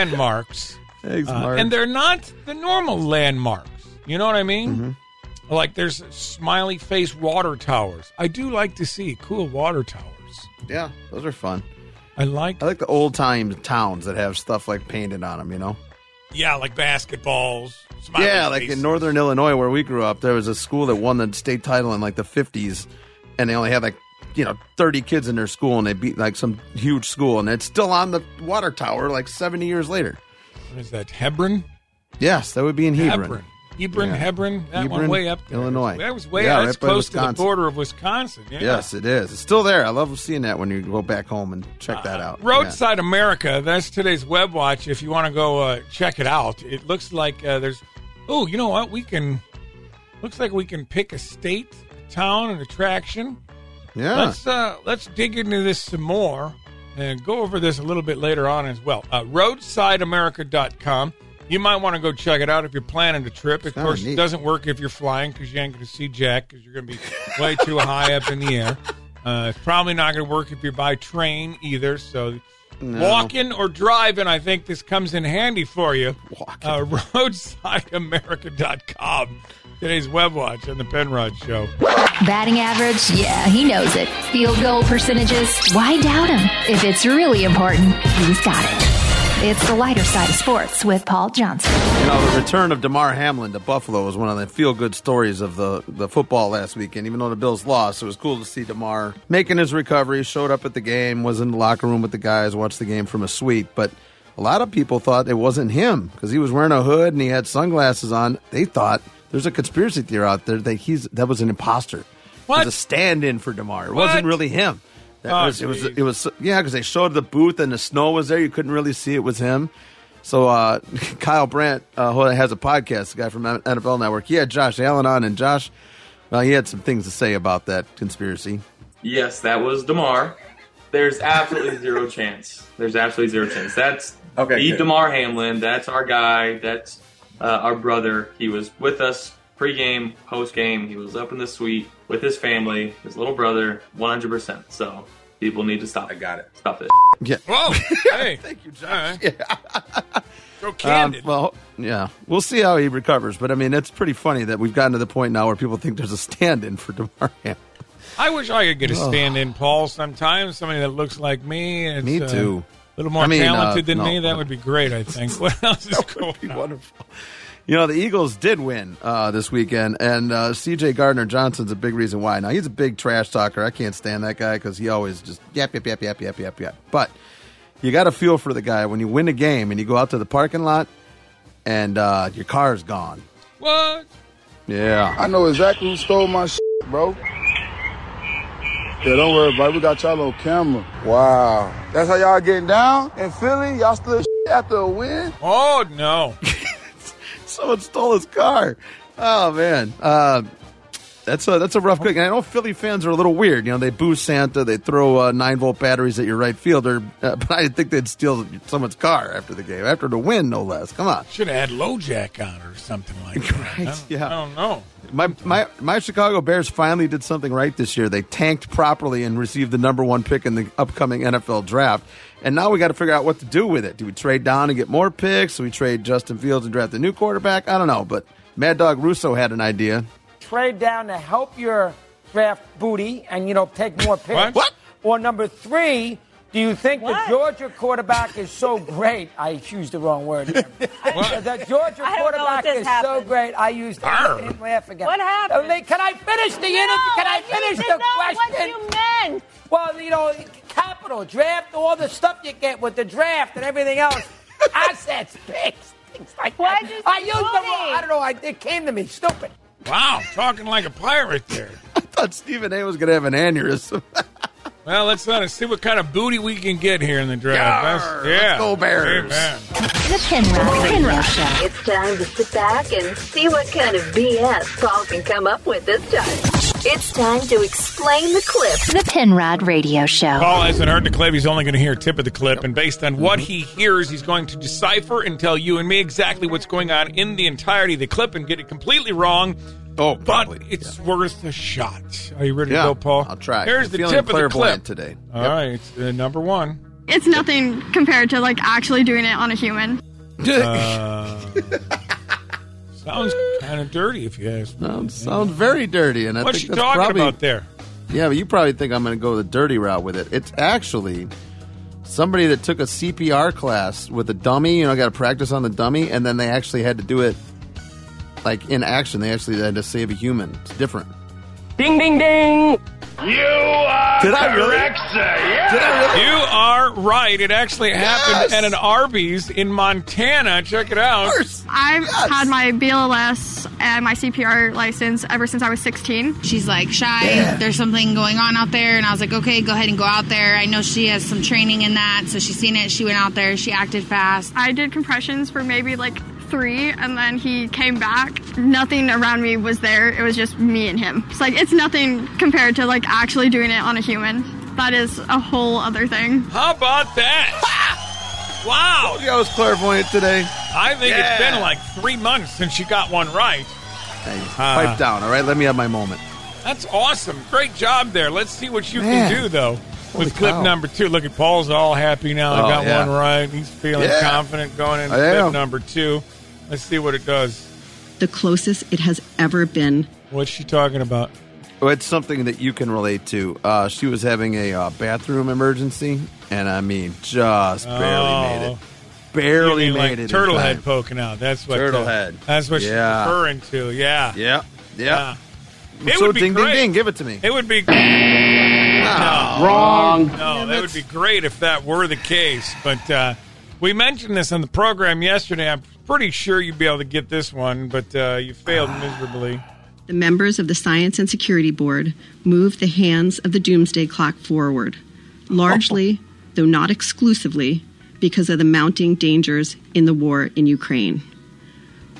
[SPEAKER 8] landmarks.
[SPEAKER 7] Thanks,
[SPEAKER 8] Uh,
[SPEAKER 7] Marge.
[SPEAKER 8] and they're not the normal landmarks. You know what I mean?
[SPEAKER 7] Mm-hmm.
[SPEAKER 8] Like there's smiley face water towers. I do like to see cool water towers.
[SPEAKER 7] Yeah, those are fun.
[SPEAKER 8] I like
[SPEAKER 7] I like the old time towns that have stuff like painted on them. You know.
[SPEAKER 8] Yeah, like basketballs. smiley
[SPEAKER 7] yeah, like
[SPEAKER 8] faces.
[SPEAKER 7] in northern Illinois where we grew up, there was a school that won the state title in like the fifties, and they only had like you know thirty kids in their school, and they beat like some huge school, and it's still on the water tower like seventy years later.
[SPEAKER 8] What is that Hebron?
[SPEAKER 7] Yes, that would be in Hebron.
[SPEAKER 8] Hebron. Hebron,
[SPEAKER 7] Yeah.
[SPEAKER 8] Hebron, that one
[SPEAKER 7] Hebron,
[SPEAKER 8] way up there.
[SPEAKER 7] Illinois.
[SPEAKER 8] That was way
[SPEAKER 7] Yeah,
[SPEAKER 8] that's
[SPEAKER 7] right by
[SPEAKER 8] close to the
[SPEAKER 7] Wisconsin.
[SPEAKER 8] border of Wisconsin. Yeah.
[SPEAKER 7] Yes, it is. It's still there. I love seeing that when you go back home and check that out.
[SPEAKER 8] Roadside America. That's today's web watch. If you want to go uh, check it out, it looks like uh, there's. Oh, you know what? We can. Looks like we can pick a state, a town, an attraction.
[SPEAKER 7] Yeah.
[SPEAKER 8] Let's uh, let's dig into this some more and go over this a little bit later on as well. Uh, RoadsideAmerica.com. You might want to go check it out if you're planning a trip. Of
[SPEAKER 7] kinda
[SPEAKER 8] course, it
[SPEAKER 7] neat.
[SPEAKER 8] doesn't work if you're flying because you ain't going to see Jack because you're going to be way too high up in the air. Uh, it's probably not going to work if you're by train either. So,
[SPEAKER 7] No.
[SPEAKER 8] walking or driving, I think this comes in handy for you. Uh, RoadsideAmerica.com. Today's web watch on the Penrod Show.
[SPEAKER 4] Batting average? Yeah, he knows it. Field goal percentages? Why doubt him? If it's really important, he's got it. It's the lighter side of sports with Paul Johnson.
[SPEAKER 7] You know, the return of Damar Hamlin to Buffalo was one of the feel good stories of the, the football last weekend. Even though the Bills lost, it was cool to see Damar making his recovery, showed up at the game, was in the locker room with the guys, watched the game from a suite. But a lot of people thought it wasn't him because he was wearing a hood and he had sunglasses on. They thought there's a conspiracy theory out there that he's that was an imposter. It
[SPEAKER 8] What?
[SPEAKER 7] was a stand in for Damar. It
[SPEAKER 8] What?
[SPEAKER 7] wasn't really him. That
[SPEAKER 8] Oh,
[SPEAKER 7] was, it was
[SPEAKER 8] geez.
[SPEAKER 7] it was yeah because they showed the booth and the snow was there. You couldn't really see it was him. So uh, Kyle Brandt, uh, who has a podcast, the guy from NFL Network, he had Josh Allen on, and Josh, well, he had some things to say about that conspiracy.
[SPEAKER 16] Yes, that was Demar. There's absolutely zero chance. There's absolutely zero chance. That's
[SPEAKER 7] Okay,
[SPEAKER 16] the
[SPEAKER 7] good.
[SPEAKER 16] Demar Hamlin. That's our guy. That's uh, our brother. He was with us pregame, postgame. He was up in the suite with his family, his little brother, 100%. So people need to stop. I got it. Stop it.
[SPEAKER 7] Yeah.
[SPEAKER 8] Whoa! Hey, thank you, Josh. Go
[SPEAKER 7] Um, well, yeah, we'll see how he recovers. But I mean, it's pretty funny that we've gotten to the point now where people think there's a stand-in for Demar. Hamlin.
[SPEAKER 8] I wish I could get a
[SPEAKER 7] Ugh.
[SPEAKER 8] stand-in, Paul. Sometimes somebody that looks like me. It's,
[SPEAKER 7] Me
[SPEAKER 8] uh,
[SPEAKER 7] too.
[SPEAKER 8] a little more
[SPEAKER 7] I mean, uh,
[SPEAKER 8] talented than
[SPEAKER 7] no.
[SPEAKER 8] me. That would be great. I think. What else is going on?
[SPEAKER 7] Wonderful. You know, the Eagles did win uh, this weekend, and uh, CJ Gardner Johnson's a big reason why. Now, he's a big trash talker. I can't stand that guy because he always just yap, yap, yap, yap, yap, yap, yap. But you got a feel for the guy when you win a game and you go out to the parking lot and uh, your car's gone.
[SPEAKER 8] What?
[SPEAKER 7] Yeah.
[SPEAKER 17] I know exactly who stole my shit, bro. Yeah, don't worry, about it. We got y'all on camera. Wow. That's how y'all getting down in Philly? Y'all still after a win?
[SPEAKER 8] Oh no.
[SPEAKER 7] Someone stole his car. Oh, man. Uh, That's a that's a rough cookie. And I know Philly fans are a little weird. You know, they boo Santa, they throw uh, nine volt batteries at your right fielder, uh, but I didn't think they'd steal someone's car after the game, after the win, no less. Come on.
[SPEAKER 8] Should have had LoJack on or something like that. Oh, I don't-
[SPEAKER 7] Yeah.
[SPEAKER 8] I don't know.
[SPEAKER 7] My my my Chicago Bears finally did something right this year. They tanked properly and received the number one pick in the upcoming NFL draft. And now we got to figure out what to do with it. Do we trade down and get more picks? Do we trade Justin Fields and draft a new quarterback? I don't know. But Mad Dog Russo had an idea.
[SPEAKER 18] trade down to help your draft booty and you know take more picks.
[SPEAKER 7] What? What?
[SPEAKER 18] Or number three, do you think the Georgia quarterback is so great? I used the wrong word. there. the Georgia
[SPEAKER 19] I don't know what
[SPEAKER 18] quarterback
[SPEAKER 19] just
[SPEAKER 18] is so
[SPEAKER 19] happened.
[SPEAKER 18] great. I used
[SPEAKER 19] Arr.
[SPEAKER 18] I didn't laugh again.
[SPEAKER 19] What happened?
[SPEAKER 18] Let me- Can I finish the
[SPEAKER 19] No,
[SPEAKER 18] interview? Can I
[SPEAKER 19] I need
[SPEAKER 18] finish
[SPEAKER 19] to
[SPEAKER 18] the
[SPEAKER 19] know what
[SPEAKER 18] question?
[SPEAKER 19] you
[SPEAKER 18] meant. Well, you know, capital draft, all the stuff you get with the draft and everything else, assets, picks, things like Why'd that.
[SPEAKER 19] you say
[SPEAKER 18] I used the wrong.
[SPEAKER 19] booty?
[SPEAKER 18] I don't know. I, it came to me. Stupid.
[SPEAKER 8] Wow, talking like a pirate there.
[SPEAKER 7] I thought Stephen A was going to have an aneurysm.
[SPEAKER 8] Well, let's uh, see what kind of booty we can get here in the draft. That's- yeah.
[SPEAKER 7] let's go Bears.
[SPEAKER 8] Amen.
[SPEAKER 4] The Pinrock Pinrock Show.
[SPEAKER 20] It's time to sit back and see what kind of BS Paul can come up with this time. It's time to explain the clip.
[SPEAKER 4] The Pinrod Radio Show.
[SPEAKER 8] Paul hasn't heard the clip. He's only going to hear a tip of the clip. And based on
[SPEAKER 7] Mm-hmm.
[SPEAKER 8] what he hears, he's going to decipher and tell you and me exactly what's going on in the entirety of the clip and get it completely wrong.
[SPEAKER 7] Oh,
[SPEAKER 8] but it's worth a shot. Are you ready
[SPEAKER 7] Yeah,
[SPEAKER 8] to go, Paul?
[SPEAKER 7] I'll try.
[SPEAKER 8] Here's
[SPEAKER 7] I'm
[SPEAKER 8] the
[SPEAKER 7] feeling
[SPEAKER 8] tip of the clip
[SPEAKER 7] clairvoyant today.
[SPEAKER 8] All right,
[SPEAKER 7] Yep.
[SPEAKER 8] it's uh, number one.
[SPEAKER 21] It's nothing compared to like actually doing it on a human.
[SPEAKER 8] Uh, sounds kind of dirty, if you ask me.
[SPEAKER 7] Sounds, sounds very dirty, and I
[SPEAKER 8] What's
[SPEAKER 7] think
[SPEAKER 8] she
[SPEAKER 7] that's
[SPEAKER 8] talking
[SPEAKER 7] probably,
[SPEAKER 8] about there?
[SPEAKER 7] Yeah, but you probably think I'm going to go the dirty route with it. It's actually somebody that took a CPR class with a dummy. You know, got to practice on the dummy, and then they actually had to do it like in action. They actually had to save a human. It's different.
[SPEAKER 19] Ding, ding, ding.
[SPEAKER 3] You are
[SPEAKER 7] Did I really?
[SPEAKER 3] correct, sir. Yeah.
[SPEAKER 8] You are right. It actually happened at an Arby's in Montana. Check it out.
[SPEAKER 21] I've had my BLS and my CPR license ever since I was 16.
[SPEAKER 22] She's like shy. There's something going on out there, and I was like, okay, go ahead and go out there. I know she has some training in that, so she's seen it. She went out there. She acted fast.
[SPEAKER 21] I did compressions for maybe like three, and then he came back. Nothing around me was there. It was just me and him. It's like it's nothing compared to like actually doing it on a human. That is a whole other thing.
[SPEAKER 8] How about that? wow.
[SPEAKER 7] I was clairvoyant today.
[SPEAKER 8] I think
[SPEAKER 7] Yeah.
[SPEAKER 8] it's been like three months since you got one right.
[SPEAKER 7] Hey, pipe down. All right, let me have my moment.
[SPEAKER 8] That's awesome. Great job there. Let's see what you
[SPEAKER 7] Man.
[SPEAKER 8] can do, though.
[SPEAKER 7] Holy
[SPEAKER 8] with clip
[SPEAKER 7] cow.
[SPEAKER 8] number two, look at Paul's all happy now.
[SPEAKER 7] Oh,
[SPEAKER 8] I got
[SPEAKER 7] yeah.
[SPEAKER 8] one right. He's feeling
[SPEAKER 7] Yeah.
[SPEAKER 8] confident going into
[SPEAKER 23] I
[SPEAKER 8] clip
[SPEAKER 23] am.
[SPEAKER 8] number two. Let's see what it does.
[SPEAKER 23] the closest it has ever been.
[SPEAKER 8] What's she talking about?
[SPEAKER 7] Well, it's something that you can relate to. Uh, she was having a uh, bathroom emergency, and I mean, just barely made
[SPEAKER 8] Oh.
[SPEAKER 7] it. Barely
[SPEAKER 8] You mean,
[SPEAKER 7] made
[SPEAKER 8] like,
[SPEAKER 7] it. in
[SPEAKER 8] Turtle
[SPEAKER 7] time.
[SPEAKER 8] head poking out. That's what.
[SPEAKER 7] Turtle
[SPEAKER 8] uh,
[SPEAKER 7] head.
[SPEAKER 8] That's what
[SPEAKER 7] Yeah.
[SPEAKER 8] she's referring to. Yeah.
[SPEAKER 7] Yeah. Yeah.
[SPEAKER 8] It
[SPEAKER 7] so
[SPEAKER 8] would be
[SPEAKER 7] ding,
[SPEAKER 8] great.
[SPEAKER 7] ding, ding. Give it to me.
[SPEAKER 8] It would be. No.
[SPEAKER 7] Wrong.
[SPEAKER 8] No, that would be great if that were the case. But uh, we mentioned this on the program yesterday. I'm pretty sure you'd be able to get this one, but uh, you failed miserably.
[SPEAKER 23] The members of the Science and Security Board moved the hands of the doomsday clock forward, largely, though not exclusively, because of the mounting dangers in the war in Ukraine.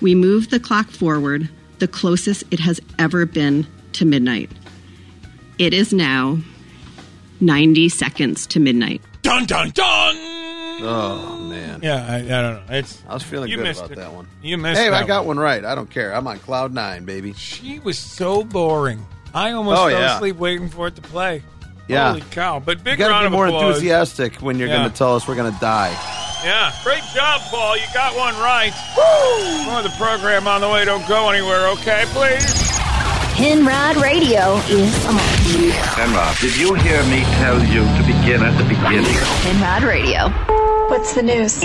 [SPEAKER 23] We moved the clock forward the closest it has ever been to midnight. It is now 90 seconds to midnight.
[SPEAKER 8] Dun dun dun!
[SPEAKER 7] Oh man.
[SPEAKER 8] Yeah, I, I don't know. It's
[SPEAKER 7] I was feeling
[SPEAKER 8] you
[SPEAKER 7] good
[SPEAKER 8] missed
[SPEAKER 7] about
[SPEAKER 8] it.
[SPEAKER 7] that one.
[SPEAKER 8] You missed.
[SPEAKER 7] Hey,
[SPEAKER 8] that
[SPEAKER 7] I got one. right. I don't care. I'm on cloud nine, baby.
[SPEAKER 8] She was so boring. I almost
[SPEAKER 7] Oh,
[SPEAKER 8] fell
[SPEAKER 7] yeah.
[SPEAKER 8] asleep waiting for it to play.
[SPEAKER 7] Yeah.
[SPEAKER 8] Holy cow! But
[SPEAKER 7] You
[SPEAKER 8] big
[SPEAKER 7] gotta
[SPEAKER 8] round
[SPEAKER 7] be
[SPEAKER 8] of
[SPEAKER 7] more
[SPEAKER 8] applause.
[SPEAKER 7] enthusiastic when you're
[SPEAKER 8] Yeah.
[SPEAKER 7] going to tell us we're going to die.
[SPEAKER 8] Yeah, great job, Paul. You got one right. Woo! More of the program on the way. Don't go anywhere, okay? Please.
[SPEAKER 4] Pinrod Radio is on.
[SPEAKER 3] Enra, did you hear me tell you to begin at the beginning?
[SPEAKER 4] Pinrod Radio.
[SPEAKER 5] What's the news?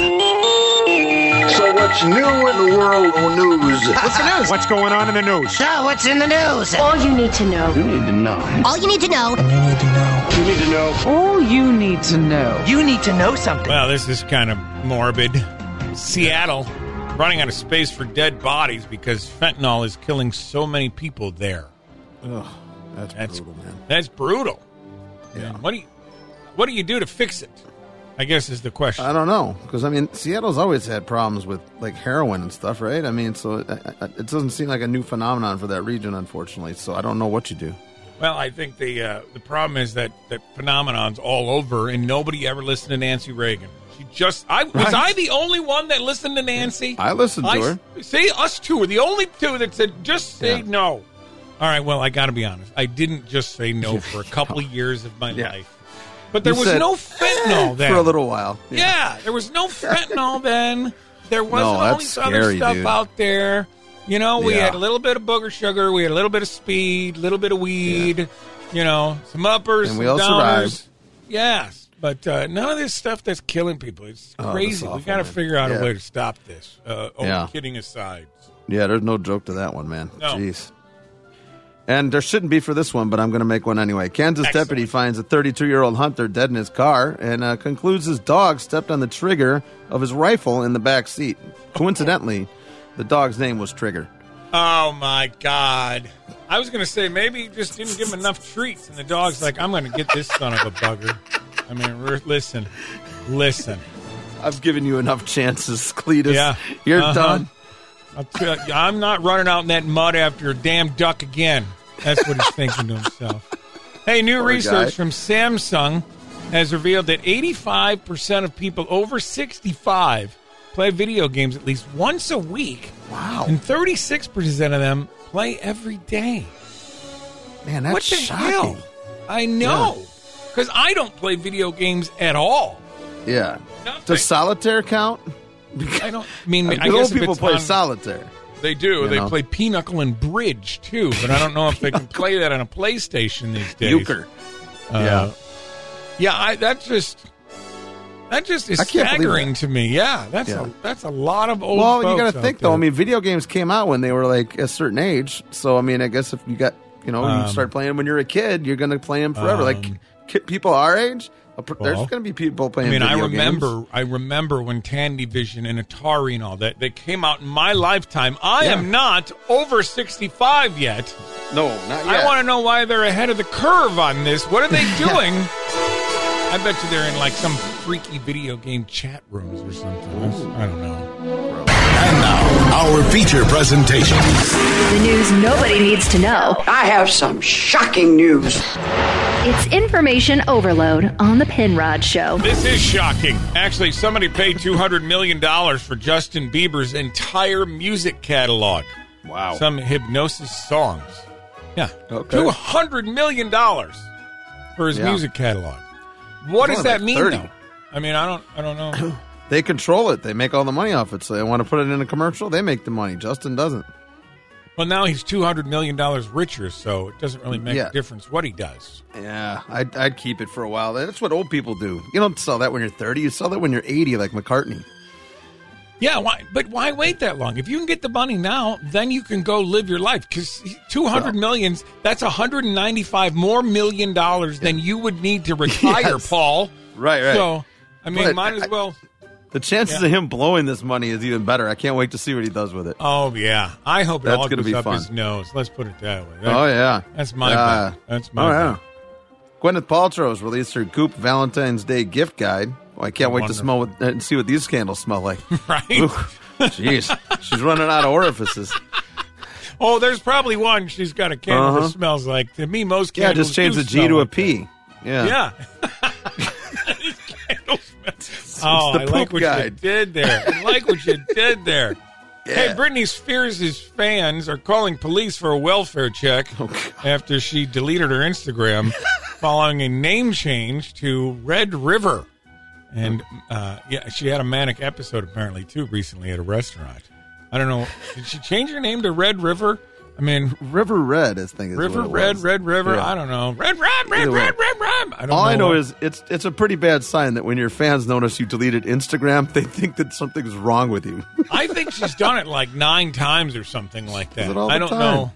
[SPEAKER 13] So what's new in the world of news? What's the news? What's going on in the news?
[SPEAKER 5] So, what's in the news? All you need to know.
[SPEAKER 13] You need to know.
[SPEAKER 5] All you need to know.
[SPEAKER 13] You need to know.
[SPEAKER 5] All you need to know. You need to know something.
[SPEAKER 8] Well, this is kind of morbid. Seattle running out of space for dead bodies because fentanyl is killing so many people there.
[SPEAKER 7] Ugh, that's,
[SPEAKER 8] brutal, man. That's brutal. Yeah. What do you What do you do to fix it? I guess is the question.
[SPEAKER 7] I don't know because I mean Seattle's always had problems with like heroin and stuff, right? I mean, so it, it doesn't seem like a new phenomenon for that region, unfortunately. So I don't know what you do.
[SPEAKER 8] Well, I think the uh, the problem is that that phenomenon's all over, and nobody ever listened to Nancy Reagan. She just I was
[SPEAKER 7] Right.
[SPEAKER 8] I the only one that listened to Nancy.
[SPEAKER 7] I listened to her.
[SPEAKER 8] See, us two are the only two that said just say
[SPEAKER 7] Yeah.
[SPEAKER 8] no. All right. Well, I got to be honest. I didn't just say no for a couple of years of my life, but there
[SPEAKER 7] You
[SPEAKER 8] was
[SPEAKER 7] said,
[SPEAKER 8] no fentanyl then
[SPEAKER 7] for a little while.
[SPEAKER 8] Yeah. there was no fentanyl then. There wasn't
[SPEAKER 7] No,
[SPEAKER 8] all
[SPEAKER 7] that's
[SPEAKER 8] this other
[SPEAKER 7] scary,
[SPEAKER 8] stuff
[SPEAKER 7] dude.
[SPEAKER 8] out there. You know, we
[SPEAKER 7] Yeah.
[SPEAKER 8] had a little bit of booger sugar, we had a little bit of speed, a little bit of weed, you know, some uppers,
[SPEAKER 7] And we
[SPEAKER 8] some
[SPEAKER 7] all
[SPEAKER 8] downers.
[SPEAKER 7] survived.
[SPEAKER 8] Yes, but uh, none of this stuff that's killing people. It's
[SPEAKER 7] Oh, that's
[SPEAKER 8] crazy. we
[SPEAKER 7] awful,
[SPEAKER 8] got to
[SPEAKER 7] man.
[SPEAKER 8] figure out a
[SPEAKER 7] Yeah.
[SPEAKER 8] way to stop this. Uh, oh,
[SPEAKER 7] Yeah.
[SPEAKER 8] kidding aside.
[SPEAKER 7] Yeah, there's no joke to that one, man.
[SPEAKER 8] No.
[SPEAKER 7] Jeez. And there shouldn't be for this one, but I'm going to make one anyway. Kansas deputy finds a 32 year old hunter dead in his car and uh, concludes his dog stepped on the trigger of his rifle in the back seat. Coincidentally, the dog's name was Trigger.
[SPEAKER 8] Oh my God! I was gonna say maybe you just didn't give him enough treats, and the dog's like, "I'm gonna get this son of a bugger." I mean, re- listen, listen.
[SPEAKER 7] I've given you enough chances, Cletus.
[SPEAKER 8] Yeah,
[SPEAKER 7] You're
[SPEAKER 8] Uh-huh.
[SPEAKER 7] done.
[SPEAKER 8] I'll tell you, I'm not running out in that mud after a damn duck again. That's what he's thinking to himself. Hey, new
[SPEAKER 1] Poor
[SPEAKER 8] research
[SPEAKER 1] guy.
[SPEAKER 8] from Samsung has revealed that 85% of people over 65 play video games at least once a week. Wow. And 36% of them play every day.
[SPEAKER 7] Man,
[SPEAKER 8] that's what the hell? I know. Because I don't play video games at all.
[SPEAKER 7] Yeah. Does solitaire count?
[SPEAKER 8] I don't I mean,
[SPEAKER 7] Good
[SPEAKER 8] I guess
[SPEAKER 7] old
[SPEAKER 8] if
[SPEAKER 7] people
[SPEAKER 8] it's
[SPEAKER 7] play
[SPEAKER 8] on-
[SPEAKER 7] solitaire.
[SPEAKER 8] They do.
[SPEAKER 7] You
[SPEAKER 8] they
[SPEAKER 7] know?
[SPEAKER 8] play Pinochle and Bridge too, but I don't know if they can play that on a PlayStation these days.
[SPEAKER 7] Euchre.
[SPEAKER 8] Uh, yeah, I, that just that just is
[SPEAKER 7] I can't believe
[SPEAKER 8] staggering
[SPEAKER 7] that.
[SPEAKER 8] to me. Yeah, that's
[SPEAKER 7] Yeah.
[SPEAKER 8] a, that's a lot of old.
[SPEAKER 7] well, you
[SPEAKER 8] folks
[SPEAKER 7] got to
[SPEAKER 8] out
[SPEAKER 7] think though. I
[SPEAKER 8] there.
[SPEAKER 7] mean, video games came out when they were like a certain age. So I mean, I guess if you got you know
[SPEAKER 8] Um,
[SPEAKER 7] you start playing 'em when you're a kid, you're going to play them forever. like ki- people our age, a pr-
[SPEAKER 8] well,
[SPEAKER 7] there's going to be people playing.
[SPEAKER 8] I mean, I
[SPEAKER 7] video
[SPEAKER 8] remember,
[SPEAKER 7] games.
[SPEAKER 8] I remember when Tandy Vision and Atari and all that they came out in my lifetime. I
[SPEAKER 7] Yeah.
[SPEAKER 8] am not over sixty-five yet.
[SPEAKER 7] No, not
[SPEAKER 8] I
[SPEAKER 7] yet.
[SPEAKER 8] want to know why they're ahead of the curve on this. What are they doing? I bet you they're in like some freaky video game chat rooms or something. That's- I don't know.
[SPEAKER 2] Our feature presentation.
[SPEAKER 4] The news nobody needs to know.
[SPEAKER 10] I have some shocking news.
[SPEAKER 4] It's information overload on the Penrod Show.
[SPEAKER 8] This is shocking. Actually, somebody paid two hundred million dollars for Justin Bieber's entire music catalog. Wow. Some hypnosis songs. Yeah.
[SPEAKER 7] Okay.
[SPEAKER 8] Two hundred million dollars for his
[SPEAKER 7] Yeah.
[SPEAKER 8] music catalog. What
[SPEAKER 7] It's
[SPEAKER 8] does
[SPEAKER 7] only
[SPEAKER 8] that
[SPEAKER 7] like
[SPEAKER 8] mean
[SPEAKER 7] 30.
[SPEAKER 8] though? I mean, I don't I don't know.
[SPEAKER 7] They control it. They make all the money off it. So they want to put it in a commercial. They make the money. Justin doesn't.
[SPEAKER 8] well now he's two hundred million dollars richer, so it doesn't really make
[SPEAKER 7] Yeah.
[SPEAKER 8] a difference what he does.
[SPEAKER 7] Yeah, I'd, I'd keep it for a while. That's what old people do. You don't sell that when you're 30. You sell that when you're 80, like McCartney.
[SPEAKER 8] Yeah, why, but why wait that long? If you can get the money now, then you can go live your life. Because two hundred millions, that's one hundred and ninety-five more million dollars than you would need to retire,
[SPEAKER 7] Yes.
[SPEAKER 8] Paul.
[SPEAKER 7] Right, right.
[SPEAKER 8] So, I mean,
[SPEAKER 7] But
[SPEAKER 8] might as
[SPEAKER 7] I-
[SPEAKER 8] well.
[SPEAKER 7] The chances
[SPEAKER 8] Yeah.
[SPEAKER 7] of him blowing this money is even better. I can't wait to see what he does with it.
[SPEAKER 8] Oh yeah, I hope it
[SPEAKER 7] That's
[SPEAKER 8] all
[SPEAKER 7] gonna
[SPEAKER 8] goes
[SPEAKER 7] be
[SPEAKER 8] up
[SPEAKER 7] fun.
[SPEAKER 8] his nose. Let's put it that way.
[SPEAKER 7] oh yeah,
[SPEAKER 8] that's my
[SPEAKER 7] Uh,
[SPEAKER 8] bet. that's my.
[SPEAKER 7] Oh
[SPEAKER 8] bet.
[SPEAKER 7] yeah. Gwyneth Paltrow has released her Goop Valentine's Day gift guide. Oh, I can't wait to
[SPEAKER 8] Wonderful.
[SPEAKER 7] smell what, and see what these candles smell like.
[SPEAKER 8] Right?
[SPEAKER 7] Ooh, Jeez, she's running out of orifices.
[SPEAKER 8] Oh, there's probably one. She's got a candle
[SPEAKER 7] Uh-huh.
[SPEAKER 8] that smells like to me most
[SPEAKER 7] Yeah,
[SPEAKER 8] candles.
[SPEAKER 7] just change
[SPEAKER 8] do
[SPEAKER 7] the G
[SPEAKER 8] smell
[SPEAKER 7] to a
[SPEAKER 8] like that.
[SPEAKER 7] P. Yeah.
[SPEAKER 8] Yeah. Oh,
[SPEAKER 7] the
[SPEAKER 8] I like what
[SPEAKER 7] poop
[SPEAKER 8] you
[SPEAKER 7] guide.
[SPEAKER 8] did there. I like what you did there. Hey, Britney Spears' fans are calling police for a welfare check
[SPEAKER 7] Oh,
[SPEAKER 8] after she deleted her Instagram following a name change to Red River. And
[SPEAKER 7] Oh.
[SPEAKER 8] uh, yeah, she had a manic episode apparently too recently at a restaurant. I don't know. Did she change her name to Red River? I mean,
[SPEAKER 7] River Red, I think. Is
[SPEAKER 8] River
[SPEAKER 7] what it
[SPEAKER 8] Red,
[SPEAKER 7] was.
[SPEAKER 8] Red River.
[SPEAKER 7] Yeah.
[SPEAKER 8] I don't know. Red Red Red
[SPEAKER 7] Either way.
[SPEAKER 8] Red Red Red. I don't
[SPEAKER 7] All I know
[SPEAKER 8] what-
[SPEAKER 7] is it's it's a pretty bad sign that when your fans notice you deleted Instagram, they think that something's wrong with you.
[SPEAKER 8] I think she's done it like nine times or something like that.
[SPEAKER 7] it all the
[SPEAKER 8] I don't
[SPEAKER 7] time.
[SPEAKER 8] know.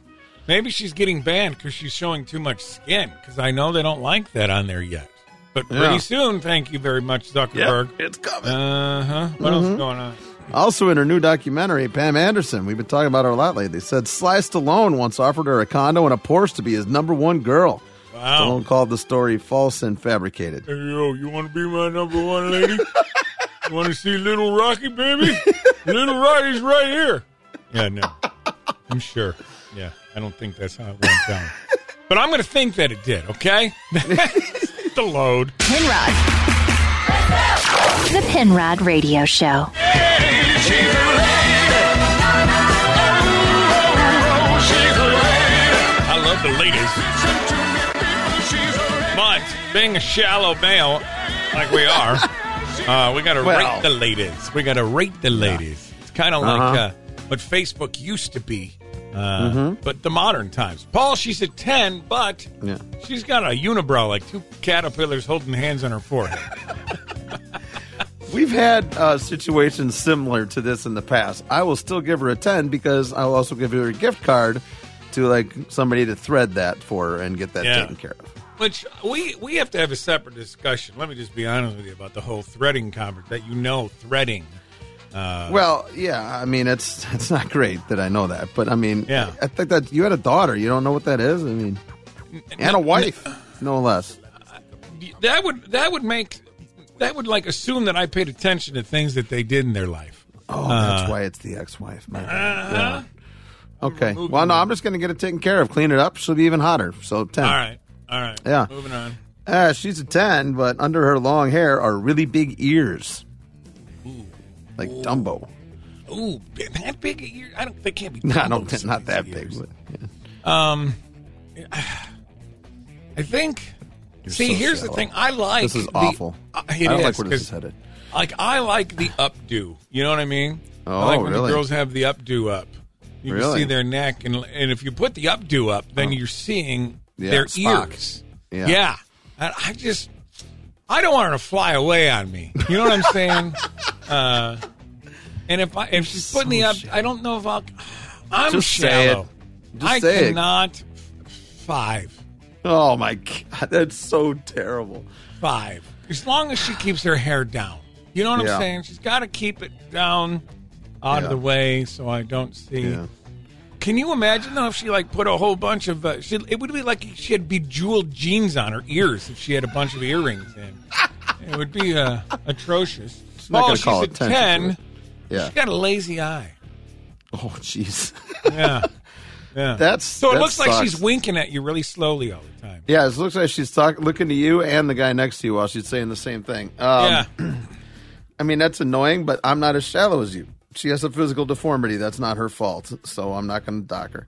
[SPEAKER 8] Maybe she's getting banned because she's showing too much skin. Because I know they don't like that on there yet. But pretty
[SPEAKER 7] Yeah.
[SPEAKER 8] soon, thank you very much, Zuckerberg.
[SPEAKER 7] it's coming.
[SPEAKER 8] Uh huh. What
[SPEAKER 7] Mm-hmm.
[SPEAKER 8] else is going on?
[SPEAKER 7] Also, in her new documentary, Pam Anderson, we've been talking about her a lot lately, said Sly Stallone once offered her a condo and a Porsche to be his number one girl.
[SPEAKER 8] Wow.
[SPEAKER 7] Stallone called the story false and fabricated.
[SPEAKER 8] Hey, yo, you want to be my number one lady? you want to see Little Rocky, baby? Little Rocky's right here. Yeah, no. I'm sure. Yeah, I don't think that's how it went down. But I'm going to think that it did, okay? the load.
[SPEAKER 4] Penrod. The Penrod Radio Show.
[SPEAKER 8] I love the ladies. But being a shallow male like we are, uh, we got to
[SPEAKER 7] Well.
[SPEAKER 8] rate the ladies. We got to rate the ladies. It's kind of like
[SPEAKER 7] Uh-huh.
[SPEAKER 8] uh, what Facebook used to be, uh,
[SPEAKER 7] Mm-hmm.
[SPEAKER 8] but the modern times. Paul, she's at 10, but
[SPEAKER 7] Yeah.
[SPEAKER 8] she's got a unibrow, like two caterpillars holding hands on her forehead.
[SPEAKER 7] We've had uh, situations similar to this in the past. I will still give her a 10 because I will also give her a gift card to like somebody to thread that for her and get that
[SPEAKER 8] Yeah.
[SPEAKER 7] taken care of.
[SPEAKER 8] Which we, we have to have a separate discussion. Let me just be honest with you about the whole threading conversation. That you know, threading. Uh,
[SPEAKER 7] well, yeah, I mean it's it's not great that I know that, but I mean
[SPEAKER 8] Yeah.
[SPEAKER 7] I think that you had a daughter, you don't know what that is? I mean and a wife, no less.
[SPEAKER 8] that would that would make that would like assume that I paid attention to things that they did in their life.
[SPEAKER 7] Oh, that's why it's the ex-wife. My bad.
[SPEAKER 8] Uh. Uh-huh.
[SPEAKER 7] Yeah. Okay. Well, no, I'm just going to get it taken care of, clean it up. She'll be even hotter. So ten.
[SPEAKER 8] All right, all right.
[SPEAKER 7] Yeah.
[SPEAKER 8] moving on.
[SPEAKER 7] Uh, she's a 10, but under her long hair are really big ears. Like Dumbo.
[SPEAKER 8] Ooh, that big ear. I don't. They can't be.
[SPEAKER 7] No, no,
[SPEAKER 8] Dumbos.
[SPEAKER 7] not that big. But, yeah.
[SPEAKER 8] Um, I think.
[SPEAKER 7] You're
[SPEAKER 8] see,
[SPEAKER 7] so
[SPEAKER 8] here's the
[SPEAKER 7] shallow.
[SPEAKER 8] thing. I like
[SPEAKER 7] This is
[SPEAKER 8] the-
[SPEAKER 7] awful.
[SPEAKER 8] Uh,
[SPEAKER 7] I
[SPEAKER 8] it
[SPEAKER 7] don't
[SPEAKER 8] is,
[SPEAKER 7] like where this
[SPEAKER 8] 'cause,
[SPEAKER 7] is headed.
[SPEAKER 8] Like I like the updo. You know what I mean?
[SPEAKER 7] Oh,
[SPEAKER 8] I like when
[SPEAKER 7] really?
[SPEAKER 8] the girls have the updo up. You can
[SPEAKER 7] Really? Oh.
[SPEAKER 8] see their neck, and and if you put the updo up, then you're seeing
[SPEAKER 7] Yeah,
[SPEAKER 8] their
[SPEAKER 7] Spock.
[SPEAKER 8] ears.
[SPEAKER 7] Yeah.
[SPEAKER 8] And I just, I don't want her to fly away on me. You know what I'm saying? uh, and if I if she's putting the up, I don't know if I'll. I'm
[SPEAKER 7] Just say
[SPEAKER 8] shallow.
[SPEAKER 7] it. Just
[SPEAKER 8] I
[SPEAKER 7] say it.
[SPEAKER 8] cannot f- five
[SPEAKER 7] Oh, my God. That's so terrible.
[SPEAKER 8] five. As long as she keeps her hair down, you know what
[SPEAKER 7] Yeah.
[SPEAKER 8] I'm saying. She's got to keep it down, out
[SPEAKER 7] Yeah.
[SPEAKER 8] of the way, so I don't see.
[SPEAKER 7] Yeah.
[SPEAKER 8] Can you imagine though if she like put a whole bunch of uh, she, it would be like she had bejeweled jeans on her ears if she had a bunch of earrings in. It would be uh, atrocious.
[SPEAKER 7] I'm not
[SPEAKER 8] oh,
[SPEAKER 7] gonna
[SPEAKER 8] she's
[SPEAKER 7] call
[SPEAKER 8] a
[SPEAKER 7] attention to
[SPEAKER 8] ten.
[SPEAKER 7] it. Yeah.
[SPEAKER 8] She's got a lazy eye.
[SPEAKER 7] Oh, jeez.
[SPEAKER 8] Yeah. Yeah.
[SPEAKER 7] That's-
[SPEAKER 8] so. It
[SPEAKER 7] that
[SPEAKER 8] looks like she's
[SPEAKER 7] sucks.
[SPEAKER 8] winking at you really slowly all the time.
[SPEAKER 7] Yeah, it looks like she's talk- looking to you and the guy next to you while she's saying the same thing. Um, yeah. I mean, that's annoying, but I'm not as shallow as you. She has a physical deformity. That's not her fault. So I'm not going to dock her.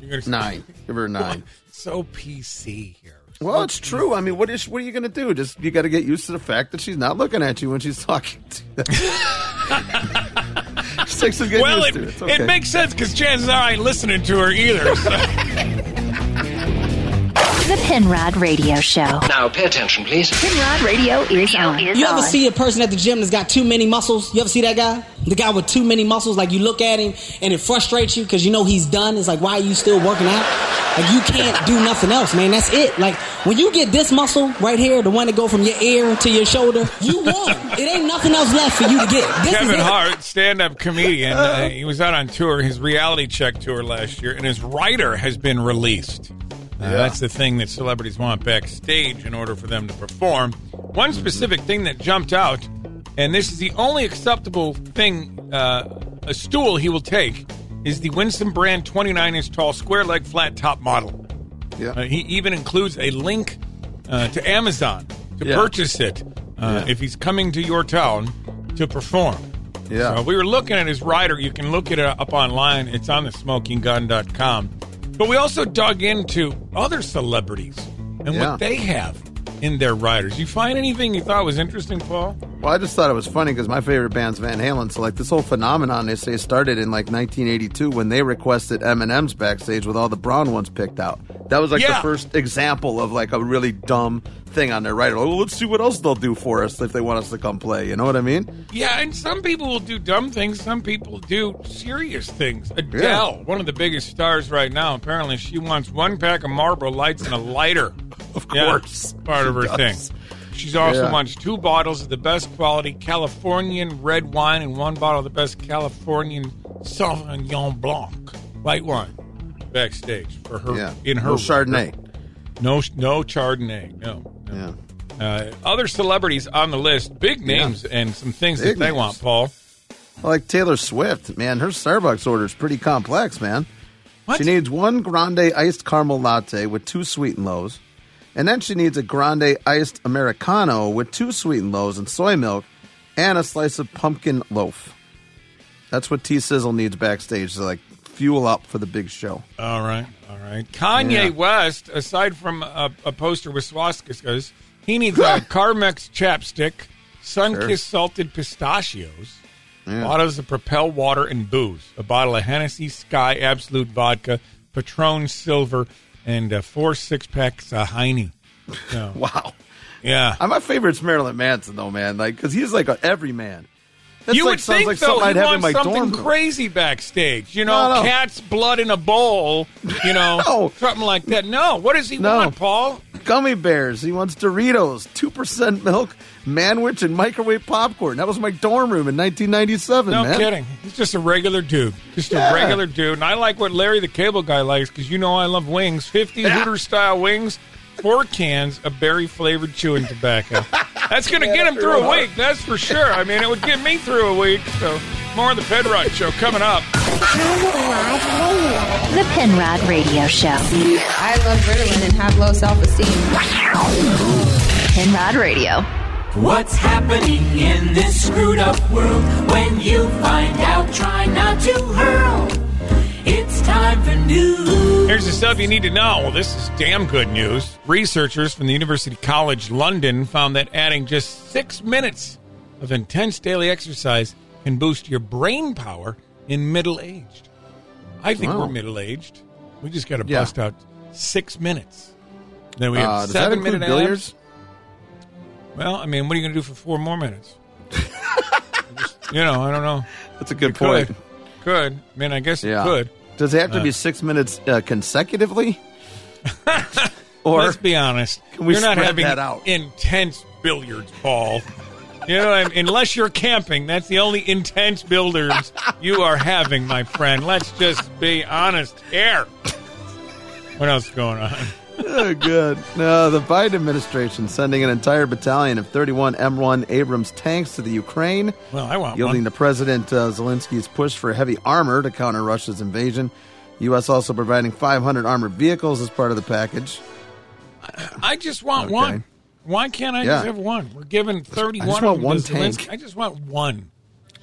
[SPEAKER 8] You're gonna
[SPEAKER 7] Nine. Give her a nine.
[SPEAKER 8] So PC here.
[SPEAKER 7] Well, it's true. I mean, what is what are you going to do? Just you got to get used to the fact that she's not looking at you when she's talking to you. Six is getting
[SPEAKER 8] well,
[SPEAKER 7] used
[SPEAKER 8] it,
[SPEAKER 7] to it. It's
[SPEAKER 8] it
[SPEAKER 7] okay.
[SPEAKER 8] makes sense because chances are I ain't listening to her either. so.
[SPEAKER 4] The Penrod Radio Show.
[SPEAKER 1] Now pay attention, please.
[SPEAKER 4] Penrod Radio is on.
[SPEAKER 11] You ever see a person at the gym that's got too many muscles? You ever see that guy? The guy with too many muscles, like you look at him and it frustrates you because you know he's done. It's like, why are you still working out? Like you can't do nothing else, man. That's it. Like when you get this muscle right here, the one that go from your ear to your shoulder, you won. it ain't nothing else left for you to get. This is
[SPEAKER 8] Kevin
[SPEAKER 11] it.
[SPEAKER 8] Hart, stand-up comedian, uh, he was out on tour, his reality check tour last year, and his writer has been released. Uh, that's the thing that celebrities want backstage in order for them to perform. One specific thing that jumped out, and this is the only acceptable thing, uh, a stool he will take, is the Winston brand 29-inch tall square leg flat top model.
[SPEAKER 7] Yeah.
[SPEAKER 8] Uh, he even includes a link uh, to Amazon to
[SPEAKER 7] Yeah.
[SPEAKER 8] purchase it uh,
[SPEAKER 7] Yeah.
[SPEAKER 8] if he's coming to your town to perform.
[SPEAKER 7] Yeah.
[SPEAKER 8] So we were looking at his rider. You can look it up online. It's on the smokinggun.com. But we also dug into other celebrities and
[SPEAKER 7] Yeah.
[SPEAKER 8] what they have in their riders. You find anything you thought was interesting, Paul?
[SPEAKER 7] Well, I just thought it was funny because my favorite band's Van Halen. So, like, this whole phenomenon they say started in like 1982 when they requested M and M's backstage with all the brown ones picked out. That was like
[SPEAKER 8] Yeah.
[SPEAKER 7] the first example of like a really dumb thing on their writer. Like, well, let's see what else they'll do for us if they want us to come play. You know what I mean?
[SPEAKER 8] Yeah, and some people will do dumb things. Some people do serious things. Adele, one of the biggest stars right now, apparently she wants one pack of Marlboro Lights and a lighter. of
[SPEAKER 7] course.
[SPEAKER 8] part of her
[SPEAKER 7] She does.
[SPEAKER 8] thing. She's also
[SPEAKER 7] Yeah.
[SPEAKER 8] wants two bottles of the best quality Californian red wine and one bottle of the best Californian Sauvignon Blanc white wine backstage for her
[SPEAKER 7] yeah.
[SPEAKER 8] in her
[SPEAKER 7] No Chardonnay.
[SPEAKER 8] No, no Chardonnay. No. no. Uh, other celebrities on the list, big names and some things
[SPEAKER 7] Big
[SPEAKER 8] that they
[SPEAKER 7] names.
[SPEAKER 8] want, Paul.
[SPEAKER 7] Like Taylor Swift, man, her Starbucks order is pretty complex, man. She needs one grande iced caramel latte with two sweet and lows, and then she needs a grande iced americano with two sweet and lows and soy milk, and a slice of pumpkin loaf. That's what T Sizzle needs backstage to like fuel up for the big show.
[SPEAKER 8] All right, all right. Kanye
[SPEAKER 7] Yeah.
[SPEAKER 8] West, aside from a, a poster with swastikas, he needs a Carmex chapstick, sun-kissed
[SPEAKER 7] Sure.
[SPEAKER 8] salted pistachios,
[SPEAKER 7] Yeah.
[SPEAKER 8] bottles of Propel water and booze, a bottle of Hennessy Sky Absolute vodka, Patron Silver, and uh, four six-packs of Heine. So,
[SPEAKER 7] wow.
[SPEAKER 8] Yeah.
[SPEAKER 7] Uh, my favorite's Marilyn Manson, though, man. Like, because he's like an everyman. That's
[SPEAKER 8] you
[SPEAKER 7] like,
[SPEAKER 8] would
[SPEAKER 7] sounds
[SPEAKER 8] think
[SPEAKER 7] like
[SPEAKER 8] though
[SPEAKER 7] something
[SPEAKER 8] he
[SPEAKER 7] I'd have in
[SPEAKER 8] wants
[SPEAKER 7] my dorm
[SPEAKER 8] something
[SPEAKER 7] room.
[SPEAKER 8] crazy backstage, you know,
[SPEAKER 7] No, no.
[SPEAKER 8] cat's blood in a bowl, you know, something like that. No, what does he
[SPEAKER 7] No.
[SPEAKER 8] want, Paul?
[SPEAKER 7] Gummy bears. He wants Doritos, two percent milk, manwich, and microwave popcorn. That was my dorm room in 1997.
[SPEAKER 8] No
[SPEAKER 7] man.
[SPEAKER 8] kidding. He's just a regular dude. Just
[SPEAKER 7] Yeah.
[SPEAKER 8] a regular dude. And I like what Larry the Cable Guy likes because you know I love wings. 50 Hooter style wings, four cans of berry flavored chewing tobacco. That's going to get him through a week, that's for sure. I mean, it would get me through a week. So, more of the Pedrot Show coming up.
[SPEAKER 4] The Penrod Radio Show.
[SPEAKER 1] I love Ritalin and have low self esteem.
[SPEAKER 4] Penrod Radio.
[SPEAKER 6] What's happening in this screwed up world? When you find out, try not to hurl. It's time for news.
[SPEAKER 8] Here's the stuff you need to know. Well, this is damn good news. Researchers from the University College London found that adding just six minutes of intense daily exercise can boost your brain power in middle aged. I think
[SPEAKER 7] Wow.
[SPEAKER 8] we're middle aged. We just got to
[SPEAKER 7] Yeah.
[SPEAKER 8] bust out six minutes. Then we have
[SPEAKER 7] Uh, does that
[SPEAKER 8] seven
[SPEAKER 7] include
[SPEAKER 8] minute
[SPEAKER 7] billiards?
[SPEAKER 8] abs. Well, I mean, what are you going to do for four more minutes? Just, you know, I don't know.
[SPEAKER 7] That's a good
[SPEAKER 8] You
[SPEAKER 7] point.
[SPEAKER 8] Could. Could. I mean, I guess
[SPEAKER 7] Yeah.
[SPEAKER 8] it could.
[SPEAKER 7] Does it have to
[SPEAKER 8] Uh,
[SPEAKER 7] be six minutes uh, consecutively? or
[SPEAKER 8] let's be honest,
[SPEAKER 7] Can we
[SPEAKER 8] you're not
[SPEAKER 7] spread
[SPEAKER 8] having
[SPEAKER 7] that out?
[SPEAKER 8] intense billiards, Paul. you know, and unless you're camping, that's the only intense billiards you are having, my friend. Let's just be honest here. What else is going on?
[SPEAKER 7] oh, good. No, the Biden administration sending an entire battalion of 31 M1 Abrams tanks to the Ukraine.
[SPEAKER 8] Well, I want
[SPEAKER 7] Yielding
[SPEAKER 8] one.
[SPEAKER 7] to President uh, Zelensky's push for heavy armor to counter Russia's invasion. U.S. also providing 500 armored vehicles as part of the package.
[SPEAKER 8] I just want
[SPEAKER 7] Okay.
[SPEAKER 8] one. Why can't I just
[SPEAKER 7] Yeah.
[SPEAKER 8] have one? We're given 31
[SPEAKER 7] just
[SPEAKER 8] of
[SPEAKER 7] want
[SPEAKER 8] them to
[SPEAKER 7] one
[SPEAKER 8] Zelensky.
[SPEAKER 7] tank.
[SPEAKER 8] I just want one.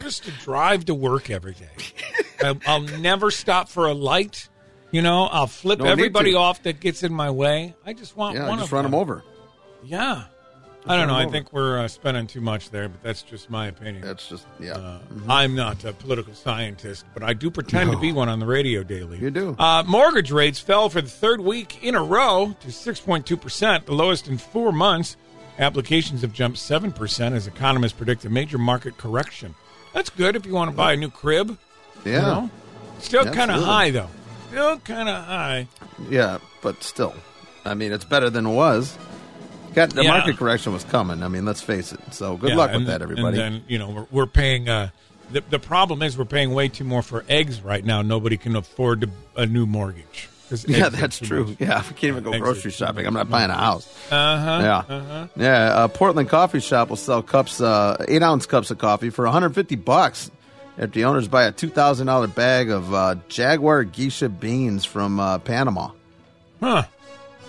[SPEAKER 8] Just to drive to work every day. I, I'll never stop for a light. You know, I'll flip
[SPEAKER 7] No need
[SPEAKER 8] everybody
[SPEAKER 7] to.
[SPEAKER 8] off that gets in my way. I just want
[SPEAKER 7] Yeah,
[SPEAKER 8] one
[SPEAKER 7] just
[SPEAKER 8] of
[SPEAKER 7] run
[SPEAKER 8] them.
[SPEAKER 7] them over.
[SPEAKER 8] Yeah. I don't know. I
[SPEAKER 7] over.
[SPEAKER 8] think we're uh, spending too much there, but that's just my opinion.
[SPEAKER 7] That's just, yeah.
[SPEAKER 8] Uh, I'm not a political scientist, but I do pretend to
[SPEAKER 7] No.
[SPEAKER 8] be one on the radio daily.
[SPEAKER 7] You do.
[SPEAKER 8] Uh, mortgage rates fell for the third week in a row to 6.2%, the lowest in four months. Applications have jumped 7% as economists predict a major market correction. That's good if you want to buy a new crib. you
[SPEAKER 7] Yeah.
[SPEAKER 8] know? Still kind of
[SPEAKER 7] Absolutely.
[SPEAKER 8] high, though. Still kind of high.
[SPEAKER 7] Yeah, but still, I mean, it's better than it was. Got the
[SPEAKER 8] Yeah.
[SPEAKER 7] market correction was coming. I mean, let's face it. So good
[SPEAKER 8] Yeah,
[SPEAKER 7] luck with
[SPEAKER 8] and-
[SPEAKER 7] that, everybody.
[SPEAKER 8] And then you know we're, we're paying. Uh, the the problem is we're paying way too more for eggs right now. Nobody can afford to, a new mortgage. 'Cause
[SPEAKER 7] yeah,
[SPEAKER 8] eggs are
[SPEAKER 7] that's
[SPEAKER 8] too
[SPEAKER 7] true.
[SPEAKER 8] much.
[SPEAKER 7] Yeah, I can't even go
[SPEAKER 8] Eggs are
[SPEAKER 7] grocery
[SPEAKER 8] too
[SPEAKER 7] shopping.
[SPEAKER 8] much.
[SPEAKER 7] I'm not buying a house.
[SPEAKER 8] Uh-huh,
[SPEAKER 7] Yeah,
[SPEAKER 8] uh-huh.
[SPEAKER 7] yeah. Uh, Portland coffee shop will sell cups, uh, eight ounce cups of coffee for 150 bucks if the owners buy a two thousand dollar bag of uh, Jaguar Geisha beans from uh, Panama.
[SPEAKER 8] Huh.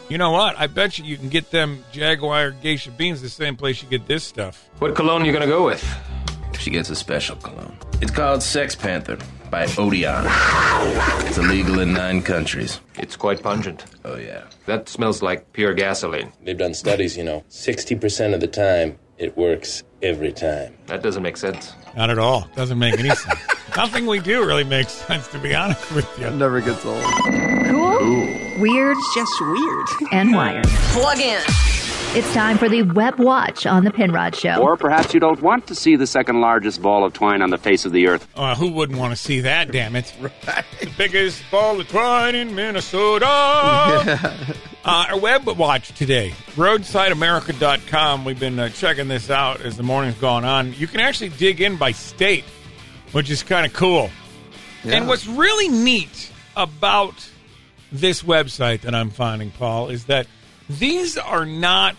[SPEAKER 8] You know what? I bet you you can get them Jaguar geisha beans the same place you get this stuff.
[SPEAKER 9] What cologne you gonna go with? She gets a special cologne. It's called Sex Panther by Odeon. It's illegal in nine countries. It's quite pungent. Oh yeah. That smells like pure gasoline. They've done studies, you know. Sixty percent of the time, it works every time. That doesn't make sense.
[SPEAKER 8] Not at all. Doesn't make any sense. Nothing we do really makes sense, to be honest with you. It
[SPEAKER 7] never gets old.
[SPEAKER 4] Cool. Weird.
[SPEAKER 1] Just weird.
[SPEAKER 4] And wired.
[SPEAKER 1] Plug in.
[SPEAKER 4] It's time for the Web Watch on the Penrod Show.
[SPEAKER 24] Or perhaps you don't want to see the second largest ball of twine on the face of the earth.
[SPEAKER 8] Uh, who wouldn't want to see that? Damn it! The biggest ball of twine in Minnesota. uh, our web watch today, roadsideamerica.com. We've been uh, checking this out as the morning's gone on. You can actually dig in by state, which is kind of cool. And what's really neat about this website that I'm finding, Paul, is that These are not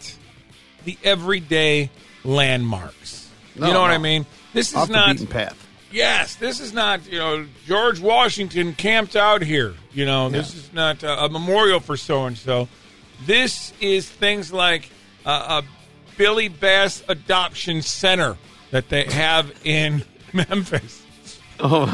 [SPEAKER 8] the everyday landmarks.
[SPEAKER 7] No,
[SPEAKER 8] you know what
[SPEAKER 7] no.
[SPEAKER 8] I mean? This is
[SPEAKER 7] Off the
[SPEAKER 8] not
[SPEAKER 7] beaten path.
[SPEAKER 8] Yes, this is not you know George Washington camped out here. You know this is not uh, a memorial for so and so. This is things like uh, a Billy Bass Adoption Center that they have in Memphis.
[SPEAKER 7] Oh,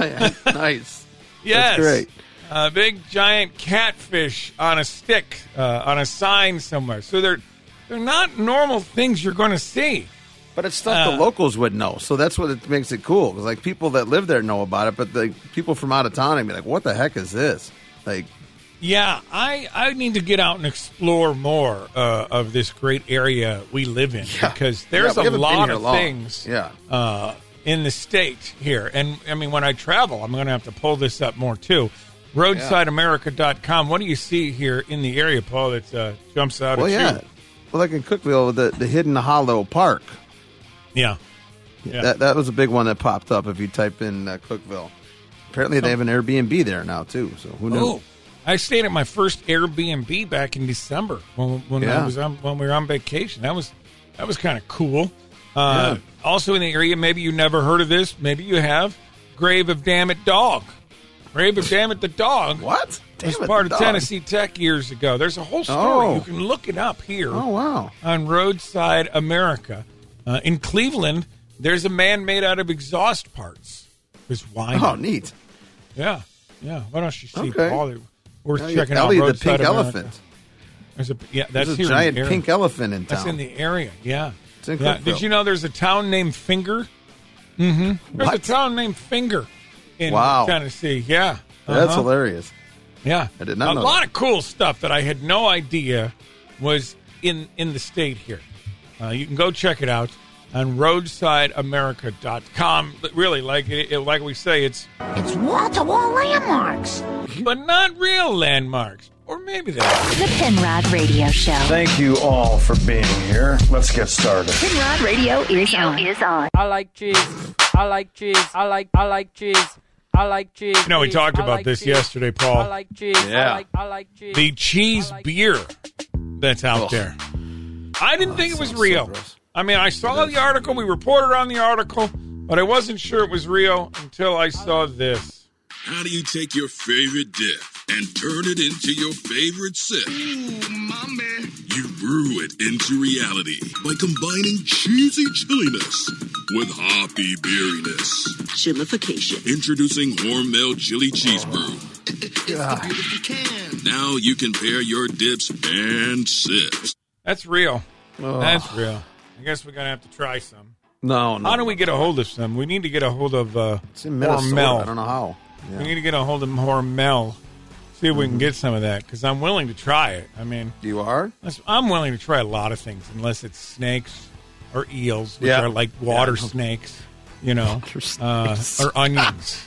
[SPEAKER 7] nice.
[SPEAKER 8] Yes,
[SPEAKER 7] That's great.
[SPEAKER 8] A big giant catfish on a stick uh, on a sign somewhere. So they're they're not normal things you're going to see.
[SPEAKER 7] But it's stuff
[SPEAKER 8] Uh.
[SPEAKER 7] the locals would know, so that's what it makes it cool. 'Cause, like people that live there know about it, but the people from out of town, I'd be like, "What the heck is this?" Like,
[SPEAKER 8] Yeah, I, I need to get out and explore more uh, of this great area we live in because there's
[SPEAKER 7] yeah, we
[SPEAKER 8] a
[SPEAKER 7] haven't been
[SPEAKER 8] lot
[SPEAKER 7] here
[SPEAKER 8] of
[SPEAKER 7] long.
[SPEAKER 8] things
[SPEAKER 7] Yeah,
[SPEAKER 8] uh, in the state here. And I mean, when I travel, I'm going to have to pull this up more too. RoadsideAmerica.com. What do you see here in the area, Paul, that uh, jumps out
[SPEAKER 7] well,
[SPEAKER 8] at
[SPEAKER 7] yeah.
[SPEAKER 8] you?
[SPEAKER 7] Well, like in Cookville, the the Hidden Hollow Park.
[SPEAKER 8] Yeah.
[SPEAKER 7] That that was a big one that popped up if you type in uh, Cookville. Apparently, they have an Airbnb there now too. So who knew?
[SPEAKER 8] Oh, I stayed at my first Airbnb back in December when, when I
[SPEAKER 7] Yeah.
[SPEAKER 8] was on, when we were on vacation. That was that was kind of cool. Uh, Also in the area, maybe you never heard of this. Maybe you have Grave of Dammit Dog. Grave of Dammit the Dog.
[SPEAKER 7] What?
[SPEAKER 8] was
[SPEAKER 7] Dammit
[SPEAKER 8] part
[SPEAKER 7] the
[SPEAKER 8] of
[SPEAKER 7] Dog.
[SPEAKER 8] Tennessee Tech years ago. There's a whole story.
[SPEAKER 7] Oh.
[SPEAKER 8] You can look it up here.
[SPEAKER 7] Oh, wow.
[SPEAKER 8] On Roadside America. Uh, in Cleveland, there's a man made out of exhaust parts. Is why?
[SPEAKER 7] Oh, neat.
[SPEAKER 8] Yeah, yeah. Why don't you see
[SPEAKER 7] Okay.
[SPEAKER 8] Paul? That- Worth
[SPEAKER 7] Now you-
[SPEAKER 8] checking
[SPEAKER 7] Ellie
[SPEAKER 8] out.
[SPEAKER 7] the
[SPEAKER 8] Roadside
[SPEAKER 7] pink
[SPEAKER 8] America.
[SPEAKER 7] elephant.
[SPEAKER 8] There's a yeah. That's
[SPEAKER 7] There's a
[SPEAKER 8] here in the
[SPEAKER 7] giant
[SPEAKER 8] area.
[SPEAKER 7] pink elephant in
[SPEAKER 8] That's
[SPEAKER 7] town.
[SPEAKER 8] in the area. Yeah.
[SPEAKER 7] It's in
[SPEAKER 8] Yeah.
[SPEAKER 7] Cookville.
[SPEAKER 8] Did you know there's a town named Finger? Mm-hmm. There's a
[SPEAKER 7] What?
[SPEAKER 8] town named Finger in
[SPEAKER 7] Wow.
[SPEAKER 8] Tennessee. Yeah.
[SPEAKER 7] That's
[SPEAKER 8] Uh-huh.
[SPEAKER 7] hilarious.
[SPEAKER 8] Yeah,
[SPEAKER 7] I did not
[SPEAKER 8] a
[SPEAKER 7] know
[SPEAKER 8] lot
[SPEAKER 7] that.
[SPEAKER 8] of cool stuff that I had no idea was in in the state here. Uh, you can go check it out on roadsideamerica.com. But really, like it, it- like we say, it's it's wall to wall landmarks, but not real landmarks, or maybe they are.
[SPEAKER 4] The Penrod Radio Show.
[SPEAKER 12] Thank you all for being here. Let's get started.
[SPEAKER 4] Penrod Radio is on. Is on.
[SPEAKER 19] I like cheese. I like cheese. I like I like cheese. I like cheese.
[SPEAKER 8] You know, we talked
[SPEAKER 19] I
[SPEAKER 8] about
[SPEAKER 19] like
[SPEAKER 8] this
[SPEAKER 19] cheese.
[SPEAKER 8] yesterday, Paul.
[SPEAKER 19] I like cheese. I
[SPEAKER 8] Yeah.
[SPEAKER 19] like- I like cheese.
[SPEAKER 8] the cheese beer that's out
[SPEAKER 19] Ugh.
[SPEAKER 8] there. I
[SPEAKER 7] Oh,
[SPEAKER 8] didn't think it was real. I mean, I saw the article, we reported on the article, but I wasn't sure it was real until I saw this.
[SPEAKER 14] How do you take your favorite dip and turn it into your favorite sip? You brew it into reality by combining cheesy chilliness with hoppy beeriness. Chillification. Introducing Hormel Chili Cheese Brew. Now you can pair your dips and sips.
[SPEAKER 8] That's real.
[SPEAKER 14] Ugh.
[SPEAKER 8] That's real. I guess we're going to have to try some.
[SPEAKER 7] No, no.
[SPEAKER 8] How do we get a hold of some? We need to get a hold of uh,
[SPEAKER 7] It's in Minnesota.
[SPEAKER 8] Hormel.
[SPEAKER 7] I don't know how.
[SPEAKER 8] We need to get a hold of Hormel. See if we
[SPEAKER 7] Mm-hmm.
[SPEAKER 8] can get some of that because I'm willing to try it. I mean,
[SPEAKER 7] you are.
[SPEAKER 8] I'm willing to try a lot of things unless it's snakes or eels, which
[SPEAKER 7] Yeah.
[SPEAKER 8] are like water
[SPEAKER 7] Yeah.
[SPEAKER 8] snakes, you know, uh,
[SPEAKER 7] snakes.
[SPEAKER 8] or onions.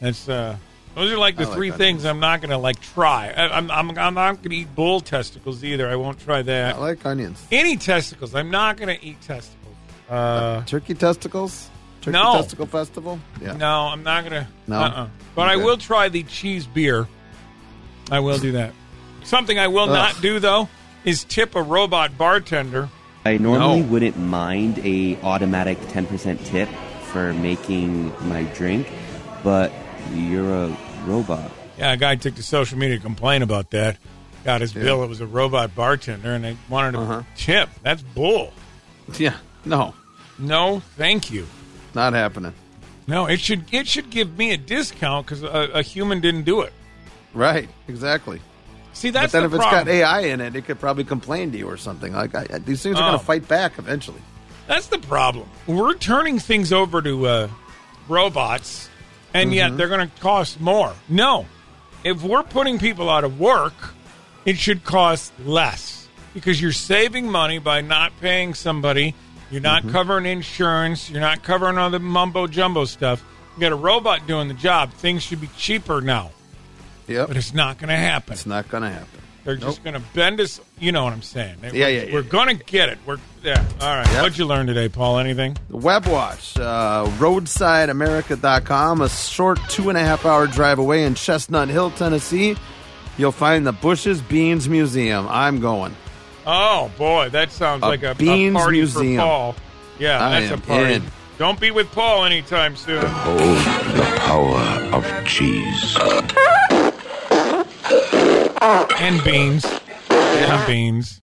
[SPEAKER 8] That's uh, those are like the
[SPEAKER 7] I like
[SPEAKER 8] three things I'm not going to like try. I, I'm, I'm I'm not going to eat bull testicles either. I won't try that. I
[SPEAKER 7] like onions.
[SPEAKER 8] Any testicles? I'm not going to eat testicles. Uh,
[SPEAKER 7] turkey testicles? Turkey
[SPEAKER 8] no.
[SPEAKER 7] testicle festival? Yeah.
[SPEAKER 8] No, I'm not going to.
[SPEAKER 7] No?
[SPEAKER 8] Uh-uh. But I
[SPEAKER 7] Okay.
[SPEAKER 8] will try the cheese beer. I will do that. Something I will
[SPEAKER 15] Ugh.
[SPEAKER 8] not do though is tip a robot bartender.
[SPEAKER 15] I normally wouldn't mind a automatic 10% tip for making my drink, but you're a robot.
[SPEAKER 8] Yeah, a guy took to social media to complain about that. Got his bill. It was a robot bartender, and they wanted a
[SPEAKER 7] Uh-huh.
[SPEAKER 8] tip. That's bull.
[SPEAKER 7] Yeah. No.
[SPEAKER 8] No, thank you.
[SPEAKER 7] Not happening.
[SPEAKER 8] No, it should it should give me a discount because a, a human didn't do it.
[SPEAKER 7] Right. Exactly.
[SPEAKER 8] See,
[SPEAKER 7] But
[SPEAKER 8] that's
[SPEAKER 7] then
[SPEAKER 8] the
[SPEAKER 7] if it's
[SPEAKER 8] problem.
[SPEAKER 7] got AI in it, it could probably complain to you or something. Like I, I- these things are
[SPEAKER 8] Oh.
[SPEAKER 7] going to fight back eventually.
[SPEAKER 8] That's the problem. We're turning things over to uh, robots, and
[SPEAKER 7] Mm-hmm.
[SPEAKER 8] yet they're going to cost more. No, if we're putting people out of work, it should cost less because you're saving money by not paying somebody. You're not
[SPEAKER 7] Mm-hmm.
[SPEAKER 8] covering insurance. You're not covering all the mumbo jumbo stuff. You got a robot doing the job. Things should be cheaper now.
[SPEAKER 7] Yep.
[SPEAKER 8] But it's not going to happen. It's
[SPEAKER 7] not going to happen.
[SPEAKER 8] They're just going to bend us. You know what I'm saying?
[SPEAKER 7] Yeah, yeah, yeah,
[SPEAKER 8] We're going to get it. We're yeah. All right. What'd you learn today, Paul? Anything?
[SPEAKER 7] WebWatch, uh, roadsideamerica.com, a short two and a half hour drive away in Chestnut Hill, Tennessee. You'll find the Bushes Beans Museum. I'm going.
[SPEAKER 8] Oh boy, that sounds like a, a
[SPEAKER 7] Beans
[SPEAKER 8] party
[SPEAKER 7] Museum.
[SPEAKER 8] for Paul. Yeah,
[SPEAKER 7] I
[SPEAKER 8] that's a
[SPEAKER 7] am
[SPEAKER 8] party.
[SPEAKER 7] in.
[SPEAKER 8] Don't be with Paul anytime soon.
[SPEAKER 16] Behold the power of cheese.
[SPEAKER 8] And beans. And beans.